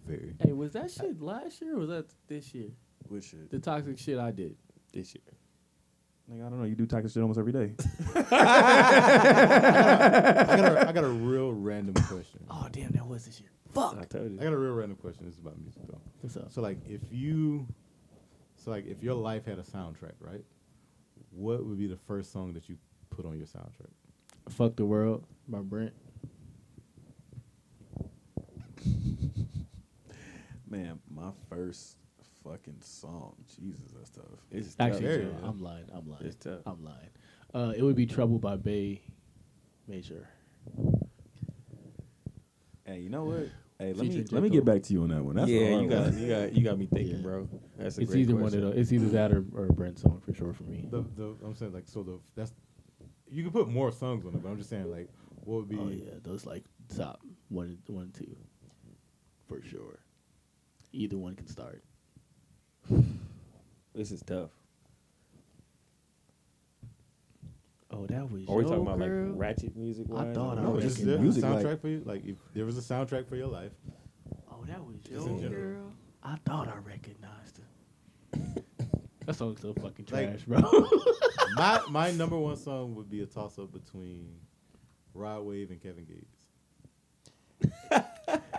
B: Very.
F: Hey, was that shit last year or was that this year?
E: With shit.
F: The toxic shit I did.
H: This year.
E: Nigga, I don't know. You do toxic shit almost every day.
B: I got, a, I got a real random question.
F: Oh, damn, that was this year.
H: I told
B: I
H: you.
B: got a real random question. This is about music though.
F: What's up?
B: So like, if you, so like, if your life had a soundtrack, right? What would be the first song that you put on your soundtrack?
F: Fuck the World by Brent.
E: Man, my first fucking song. Jesus, that's tough.
H: It's tough.
F: Actually,
B: Very
F: no,
B: good.
F: I'm lying. I'm lying.
H: It's tough.
F: I'm lying. Uh, it would be Trouble by Bay Major.
E: Hey, you know what? Hey, let me
F: Featuring
E: let me
F: J.
E: get
F: Cole.
E: back to you on that one. That's a
H: yeah,
E: hard
H: you got,
E: one.
H: you got you got me thinking,
F: Yeah.
H: bro. That's a
F: it's
H: great
F: either
H: question.
F: one of those. It's either that or, or a Brent song for sure for me.
B: The, the I'm saying like, so the that's you can put more songs on it, but I'm just saying like, what would be?
F: oh yeah, those like top one, one, and two, for sure. Either one can start.
H: This is tough.
F: Oh, that was.
H: Are we
F: your
H: talking about
F: girl?
H: like ratchet music?
F: I thought I
B: No,
F: was
B: just
F: thinking
B: the
E: Oh, music, like-
B: soundtrack for you. Like, if there was a soundtrack for your life,
F: Oh, that was
B: Just in
F: your
B: general.
F: girl. I thought I recognized her. that song's so fucking
B: Like-
F: trash, bro.
B: my my number one song would be a toss up between Rod Wave and Kevin Gates.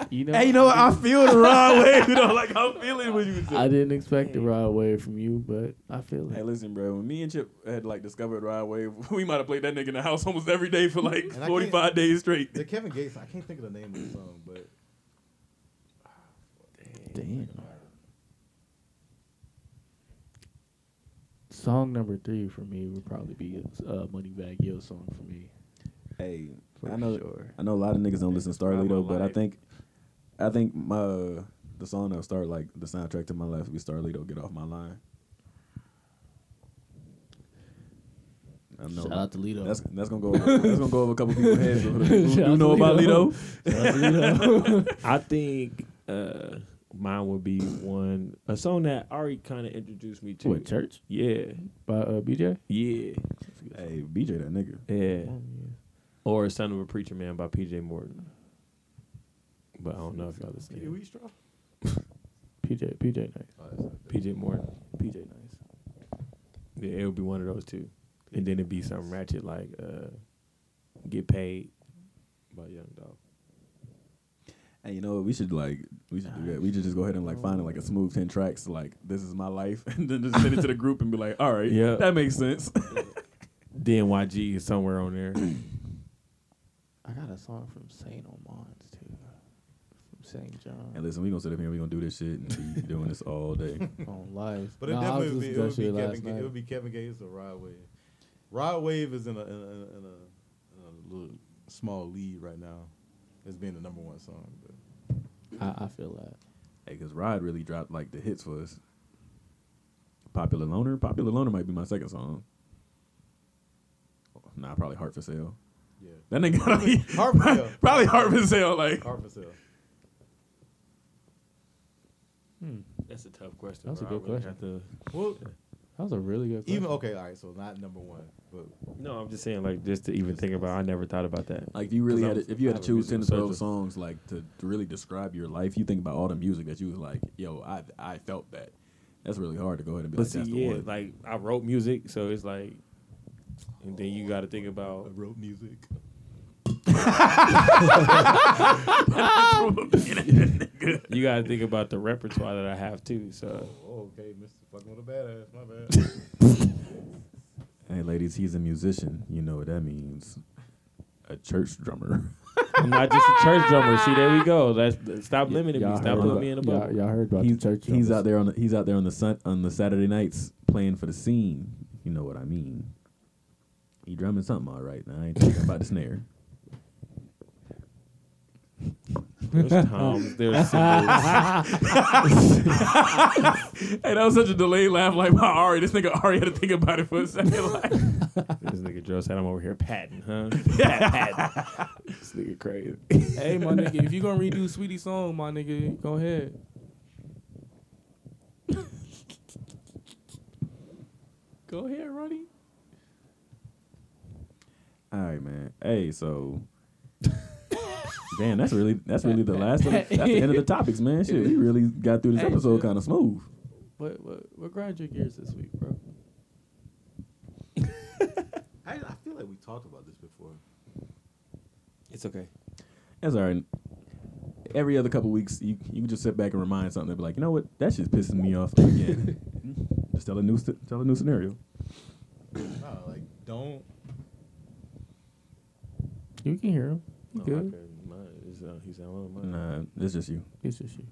F: you know.
E: Hey, you know what? I feel the wrong way. You know, like I'm feeling what you was
F: I didn't expect the ride away from you, but I feel
E: Hey,
F: it.
E: listen, bro. When me and Chip had like discovered Rod Wave, we might have played that nigga in the house almost every day for like
B: And I
E: 45
B: can't-
E: days straight.
B: The Kevin Gates, I can't think of the name of the song, but
F: Damn. Song number three for me would probably be uh, Moneybag Yo song for me.
E: Hey,
F: For
E: I know,
F: sure.
E: I know a lot of niggas don't listen to
H: Describe my
E: Starlito, but I
H: life.
E: think, I think my uh, the song that'll start like the soundtrack to my life would be Starlito. Get off my line. I know.
F: Shout out to Lito.
E: That's that's gonna go. Over, that's gonna go over a couple people's heads. Who, who
F: Shout out
E: do know
F: to
E: about Lito?
F: Shout out to Lito.
H: I think uh, mine would be one a song that Ari kind of introduced me to.
F: what church
H: Yeah,
F: by uh, BJ?
H: yeah,
E: Hey, BJ, that nigga.
F: Oh,
H: yeah. Or "Son of a Preacher Man" by P.J. Morton. But I don't know if y'all listen. to it.
F: PJ, PJ
H: Oh,
F: Nice,
H: P.J. Morton.
F: PJ Nice.
H: Yeah, it would be one of those two, and then it'd be something ratchet like uh, "Get Paid" by Young Dog.
E: Hey, you know what? We should like we should do that. We should just go ahead and like find like a smooth ten tracks. Like this is my life, and then just send it to the group and be like, all right,
H: Yeah.
E: that makes sense.
H: DNYG is somewhere on there.
F: I got a song from Saint Omans too, from Saint John.
E: And listen, we gonna sit up here, we gonna do this shit and be doing this all day.
F: on live.
B: but it
F: Nah, I was
B: definitely would be, it would
F: listening to that
B: be Kevin.
F: shit
B: Ga-
F: last
B: it
F: night.
B: would be Kevin Gates or Rod Wave. Rod Wave is in a in a, in a, in a little small lead right now, as being the number one song. But
F: I, I feel that.
E: Hey, cause Rod really dropped like the hits for us. Popular Loner, Popular Loner might be my second song. Nah, probably Heart for Sale.
B: Yeah.
E: That nigga probably,
B: Harvey Hill.
E: probably hard as hell. Like
B: Harvest Hill.
H: That's a tough question.
F: That's a
H: bro. I
F: good
H: really
F: question.
H: have to-
B: Well,
F: That was a really good. Question.
B: even okay, all right. So not number one, but
H: no, I'm just saying, like, just to even think about. I never thought about that.
E: Like if you really
H: 'Cause
E: had
H: I'm-
E: to, if you
H: I
E: had
H: have
E: to
H: a
E: choose ten to
H: musical
E: twelve
H: center.
E: songs like to to really describe your life, you think about all the music that you was like, yo, I I felt that. That's really hard to go ahead and be
H: But
E: like,
H: see,
E: that's
H: yeah,
E: the one.
H: like I wrote music, so it's like, and then you got to think about.
B: wrote music.
H: You got to think about the repertoire that I have too. So
B: Oh, okay, Mr. Fucking with a badass. My bad.
E: hey, ladies, he's a musician. You know what that means? A church drummer.
H: I'm not just a church drummer. See, there we go. That's stop limiting me.
E: y'all
H: Stop
E: heard
H: putting
E: about-
H: me in a bubble.
F: y'all, y'all heard about
E: he's,
F: the church?
E: he's
F: numbers.
E: out there on the, he's out there on the sun, on the Saturday nights playing for the scene. You know what I mean? He drumming something all right. Now I ain't talking about the snare.
H: There's toms, Um, there's symbols.
E: Hey, that was such a delayed laugh. Like my Ari, this nigga Ari had to think about it for a second. Like,
H: this nigga Joe said I'm over here patting, huh? Pat, patting. this nigga crazy.
F: Hey, my nigga, if you gonna redo Sweetie song, my nigga, go ahead. go ahead, Ronnie.
E: All right, man. Hey, so damn, that's really that's really the last. Of, that's the end of the topics, man. Shit, we really got through this
F: Hey,
E: episode
F: shit.
E: kind of smooth.
F: What what what grind your gears this week, bro?
B: I, I feel like we talked about this before.
H: It's okay.
E: That's all right. Every other couple weeks, you you can just sit back and remind something. and Be like, you know what? That shit's pissing me off again. just tell a new st- tell a new scenario.
B: No, like don't.
F: You can hear him.
H: No,
F: You
H: I
F: good?
H: couldn't. Mine is, uh, he said, "I love mine."
E: Nah, it's just you.
F: It's just you.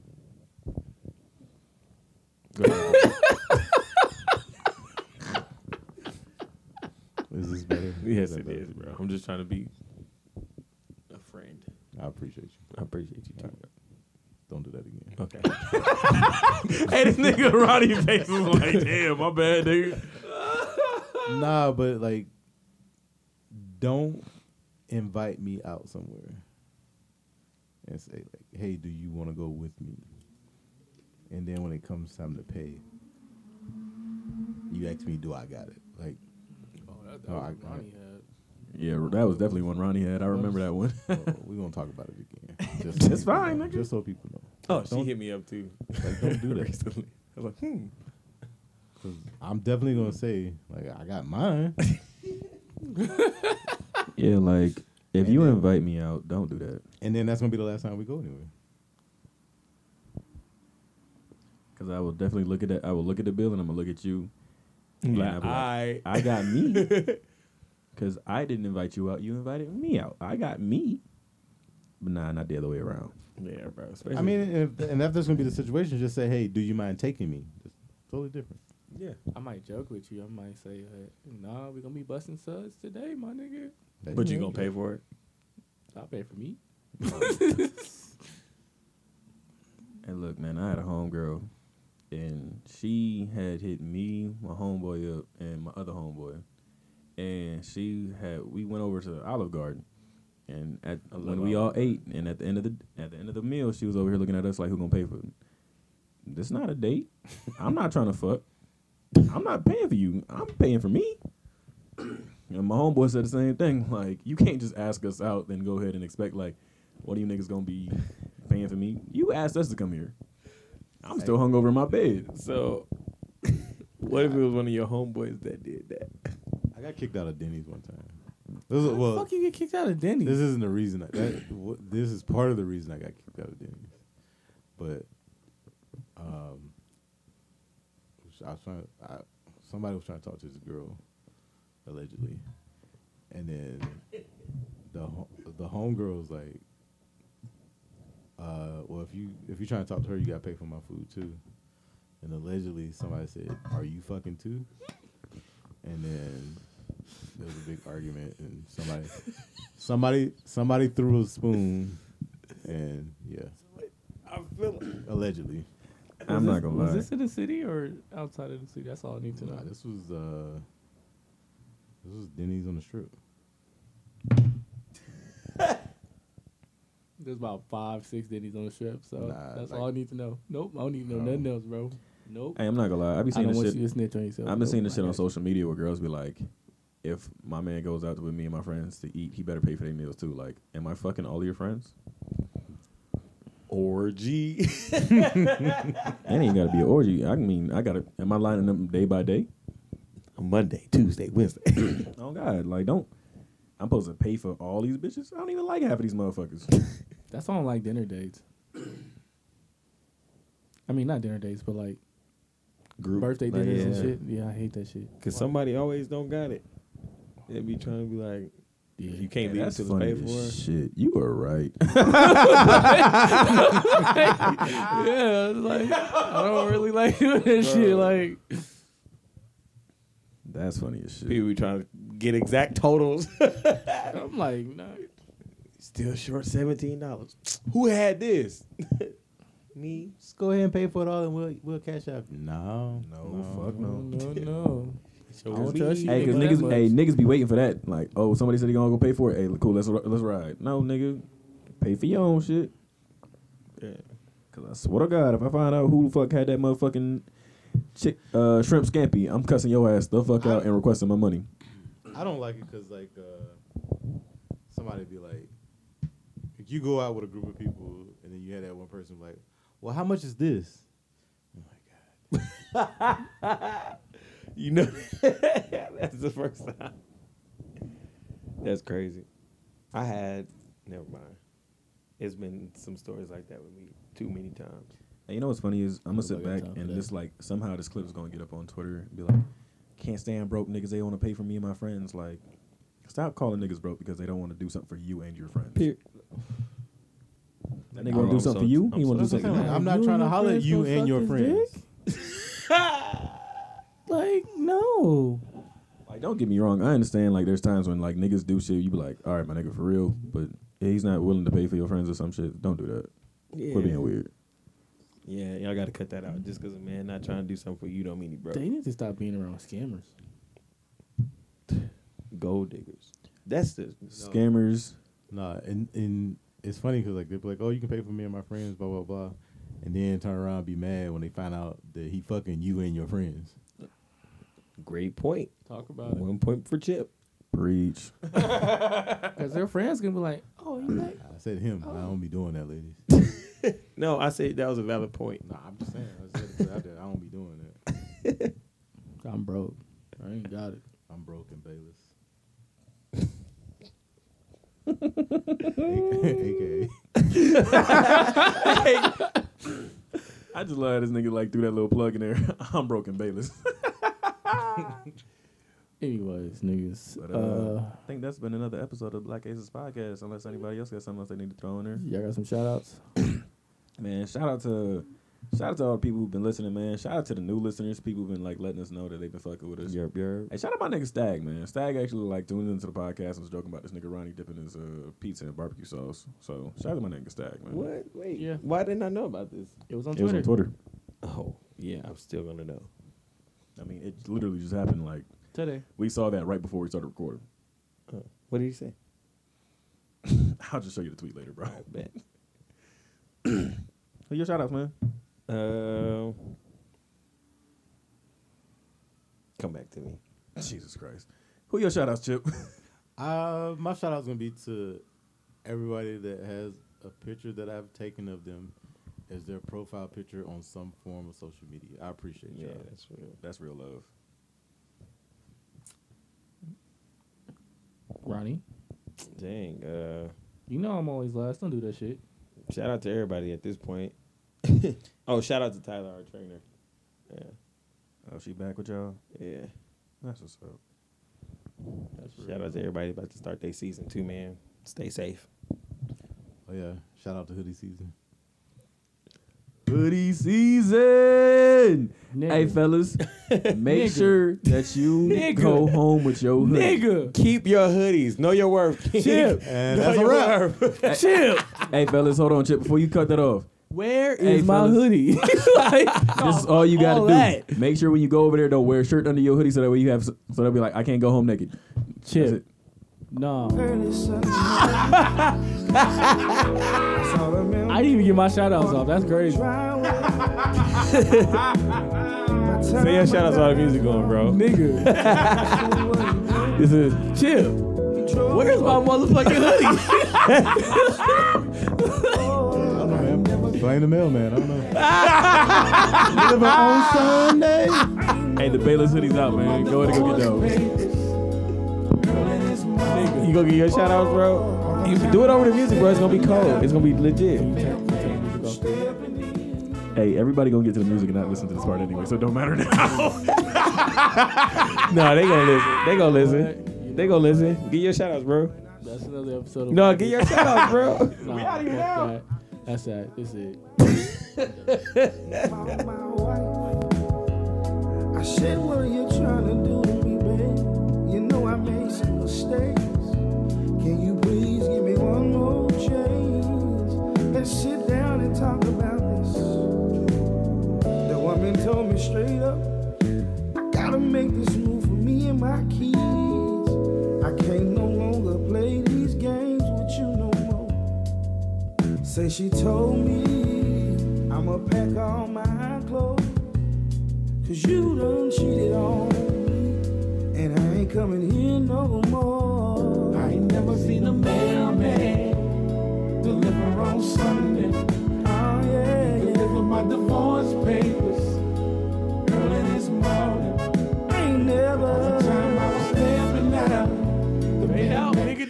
H: Go ahead.
B: Is this better?
H: yes, it is, bro. I'm just trying to be a friend.
B: I appreciate you.
H: I appreciate you too.
B: Don't do that again.
H: Okay.
E: hey, this nigga Roddy face was like, damn, my bad, nigga.
B: nah, but like, don't invite me out somewhere and say like, "Hey, do you want to go with me?" And then when it comes time to pay, you ask me, "Do I got it?" Like,
F: Oh,
B: that Oh, was I- what Ronnie
F: had.
E: Yeah, that was definitely one Ronnie had. I remember that one.
B: well, we gonna talk about it again. Just
E: That's
B: people
E: fine,
B: know.
E: nigga.
B: Just so people know.
H: Oh, she
B: Don't-
H: hit me up too.
B: Like, don't do that.
H: recently. I was like, hmm.
B: 'Cause I'm definitely gonna say like, I got mine.
E: Yeah, like if you invite me out, don't do that.
B: And then that's gonna be the last time we go anywhere.
E: Cause I will definitely look at that. I will look at the bill and I'm gonna look at you. and I'll
H: Like,
E: be like,
H: I
E: I got me. Cause I didn't invite you out. You invited me out. I got me. But nah, not the other way around.
H: Yeah, bro. Especially,
B: I mean, if, and if that's gonna be the situation, just say, "Hey, do you mind taking me?" Just totally different.
H: yeah.
F: I might joke with you. I might say, uh, "Nah, we gonna be busting suds today, my nigga.
H: But you gonna pay for it?
F: I pay for me."
E: And look, man, I had a homegirl, and she had hit me, my homeboy up, and my other homeboy, and she had. We went over to Olive Garden, and at
H: I love
E: when we all
H: Olive
E: ate, and at the end of the at the end of the meal, she was over here looking at us like, "Who gonna pay for it?" This not a date. I'm not trying to fuck. I'm not paying for you. I'm paying for me. And my homeboy said the same thing. Like, you can't just ask us out, then go ahead and expect like, what are you niggas gonna be paying for me? You asked us to come here. I'm still hungover in my bed.
H: So, what if it was one of your homeboys that did that?
B: I got kicked out of Denny's one time. This is, well,
F: Fuck, you get kicked out of Denny's.
B: this isn't the reason. I, that, wh- this is part of the reason I got kicked out of Denny's. But um, I was trying. I, somebody was trying to talk to this girl, allegedly, and then the ho- the homegirl was like, uh, "Well, if you if you're trying to talk to her, you got to pay for my food too." And allegedly, somebody said, "Are you fucking too?" And then there was a big argument, and somebody, somebody, somebody threw a spoon, and yeah,
H: I feel like
B: allegedly.
E: I'm not gonna
F: Was
E: lie.
F: this in the city or outside of the city? That's all I need to know.
B: Nah, this was uh, this was Denny's on the strip.
F: There's about five, six ditties on the strip, so
E: Nah,
F: that's
E: like- Oh.
F: all I need to know. Nope, I don't need to know nothing else, bro. Nope.
E: Hey, I'm not gonna lie. I be
F: I
E: seeing
F: don't
E: this
F: want
E: shit.
F: you to snitch on yourself.
E: I've been
F: Nope,
E: seeing this
F: I
E: shit on
F: got you.
E: social media where girls be like, if my man goes out with me and my friends to eat, he better pay for their meals too. Like, am I fucking all your friends?
D: Orgy.
E: That ain't gotta be an orgy. I mean, I gotta. Am I lining them day by day?
D: Monday, Tuesday, Wednesday.
E: Oh God, like don't. I'm supposed to pay for all these bitches. I don't even like half of these motherfuckers.
F: That's why I don't like dinner dates. I mean, not dinner dates, but like
D: Group
F: birthday
D: like,
F: dinners and
D: yeah.
F: shit. Yeah, I hate that shit.
D: Cause somebody always don't got it. They be trying to be like, you can't leave
E: That's
D: until it's
E: funny
D: paid
E: as
D: for.
E: shit. You are right.
F: yeah, it's like I don't really like doing that shit. Like,
E: That's funny as shit.
D: People be trying to get exact totals.
F: I'm like, nah.
D: Still short seventeen dollars. Who had this? Me. Just go ahead and pay for it all, and we'll we'll cash out.
B: No,
E: No, fuck no.
F: No, no. I don't
D: we-
F: trust you.
E: Hey, cause
F: niggas that
E: niggas,
F: much.
E: hey, niggas be waiting for that. Like, oh, somebody said they gonna go pay for it. Hey, cool, let's ri- let's ride. No, nigga, pay for your own shit.
D: Yeah.
E: Cause I swear to God, if I find out who the fuck had that motherfucking chick uh, shrimp scampi, I'm cussing your ass the fuck out and requesting my money.
B: I don't like it because like uh, somebody be like, if you go out with a group of people and then you had that one person like, well, how much is this? I'm like, "God,
D: You know, that's the first time. That's crazy. I had, never mind. It's been some stories like that with me too many times.
E: And you know what's funny is I'm gonna sit
F: Nobody got
E: back
F: time for
E: and
F: that.
E: this like somehow this clip is gonna get up on Twitter and be like, can't stand broke niggas. They want to pay for me and my friends. Like, stop calling niggas broke because they don't want to do something for you and your friends. That nigga want to
D: I'm
E: do something
D: so-
E: for you.
D: I'm
E: he want to do
D: so-
B: That's what
E: something.
B: I'm, saying, like, I'm not
F: You and
B: trying to
F: your
B: holler at
F: friends
B: you
F: gonna
B: and
F: suck
B: your
F: his
B: friends.
F: like no.
E: Like, don't get me wrong. I understand. Like, there's times when like niggas do shit. You be like, all right, my nigga, for real. But he's not willing to pay for your friends or some shit. Don't do that.
D: Yeah.
E: Quit being weird.
D: Yeah, y'all got to cut that out. Just because a man not trying to do something for you don't mean he broke.
F: They need to stop being around scammers.
D: Gold diggers. That's the.
E: Scammers.
B: Nah, and and it's funny because like they're like, oh, you can pay for me and my friends, blah blah blah, and then turn around and be mad when they find out that he fucking you and your friends.
D: Great point.
F: Talk about it.
D: One point for Chip.
E: Breach.
F: Because their friends gonna be like, oh, you like
B: I said him. I don't be doing that, ladies.
D: No, I said that was a valid point.
B: nah, I'm just saying. I said it out there. I don't be doing that.
F: I'm broke. I ain't got it.
B: I'm broken, Bayless. AKA.
E: I just love how this nigga like threw that little plug in there. I'm broken, Bayless.
F: Anyways, niggas.
E: But, uh,
F: uh,
E: I think that's been another episode of Black Aces Podcast. Unless anybody else got something else they need to throw in there.
F: y'all got some shout outs?
E: Man, shout out to shout out to all the people who've been listening, man. Shout out to the new listeners, people who've been like letting us know that they've been fucking with us.
D: Yerp, yerp.
E: Hey, shout out my nigga Stag, man. Stag actually like tuned into the podcast and was joking about this nigga Ronnie dipping his uh, pizza in barbecue sauce. So shout out to my nigga Stag, man.
D: What? Wait.
F: Yeah.
D: Why didn't I know about this?
F: It was on
E: It was
F: Twitter.
E: on Twitter.
D: Oh, yeah. I'm still going to know.
E: I mean, it literally just happened. Like
F: today.
E: we saw that right before we started recording.
D: What did he say?
E: I'll just show you the tweet later, bro.
D: Bet.
E: Who your shout outs, man?
D: Um, come back to me.
E: Jesus Christ. Who your shout outs, Chip?
B: Uh, my shout out's gonna be to everybody that has a picture that I've taken of them as their profile picture on some form of social media. I appreciate
D: Yeah,
B: y'all.
D: that's real.
E: That's real love.
F: Ronnie,
D: Dang. Uh,
F: you know I'm always last. Don't do that shit.
D: shout out to everybody at this point. oh, shout out to Tyler, our trainer. Yeah,
E: Oh, she back with y'all.
D: yeah.
E: That's what's up.
D: Shout out to everybody about to start their season too, man. Stay safe.
B: Oh yeah, shout out to hoodie season.
E: Hoodie season.
F: Nigga.
E: Hey fellas, make
F: Nigga.
E: sure that you
F: Nigga.
E: go home with your hoodie.
F: Nigga,
D: Keep your hoodies. Know your worth. Chip.
B: And that's a wrap.
F: Chip,
E: Hey fellas, hold on, Chip. Before you cut that off,
F: where is
E: Hey,
F: my
E: fellas.
F: hoodie? like,
E: this is all you gotta
F: all
E: do.
F: that.
E: Make sure when you go over there, don't wear a shirt under your hoodie, so that way you have so they'll be like, I can't go home naked. That's
F: Chip,
E: it.
F: No,
E: Early Sunday. That's all I remember.
F: I didn't even get my shout outs off. That's crazy.
D: Say your shout outs while the music going, bro.
F: Nigga,
D: This is
F: chill. Where's my motherfucking hoodie?
J: Blame the mailman. I don't know. Deliver on Sunday.
D: Hey, the Bayless hoodies out, man. Go ahead and go get those. You go get your shout outs, bro. You do it over the music, bro. It's gonna be cold. It's gonna be legit.
J: Hey, everybody gonna get to the music and not listen to this part anyway, so it don't matter now.
D: No, they gonna listen. They gonna listen. They gonna listen. Get your shout outs, bro.
F: That's another episode of
D: No, get your shout outs, bro.
F: Nah, we out here now. That's that. That's it.
E: I said, what are you trying to do to me, babe? You know I made some mistakes. Can you please give me one more chance? Let's sit down and talk about this. The woman told me straight up, I gotta make this move for me and my kids. I can't no longer play these games with you no more. Say she told me I'ma pack all my clothes. Cause you done cheated on me. And I ain't coming here no more. I ain't never seen a mailman deliver on Sunday. Oh, yeah. Deliver my divorce papers early this morning. I ain't never. time I was stamping out.
F: Fade out, nigga.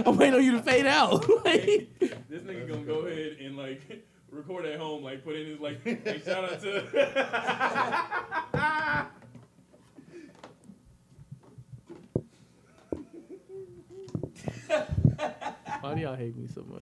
F: Damn. I'm waiting on you to fade out. Like,
K: This nigga gonna go ahead and like record at home, like put in his like, like shout out to.
F: why do y'all hate me so much?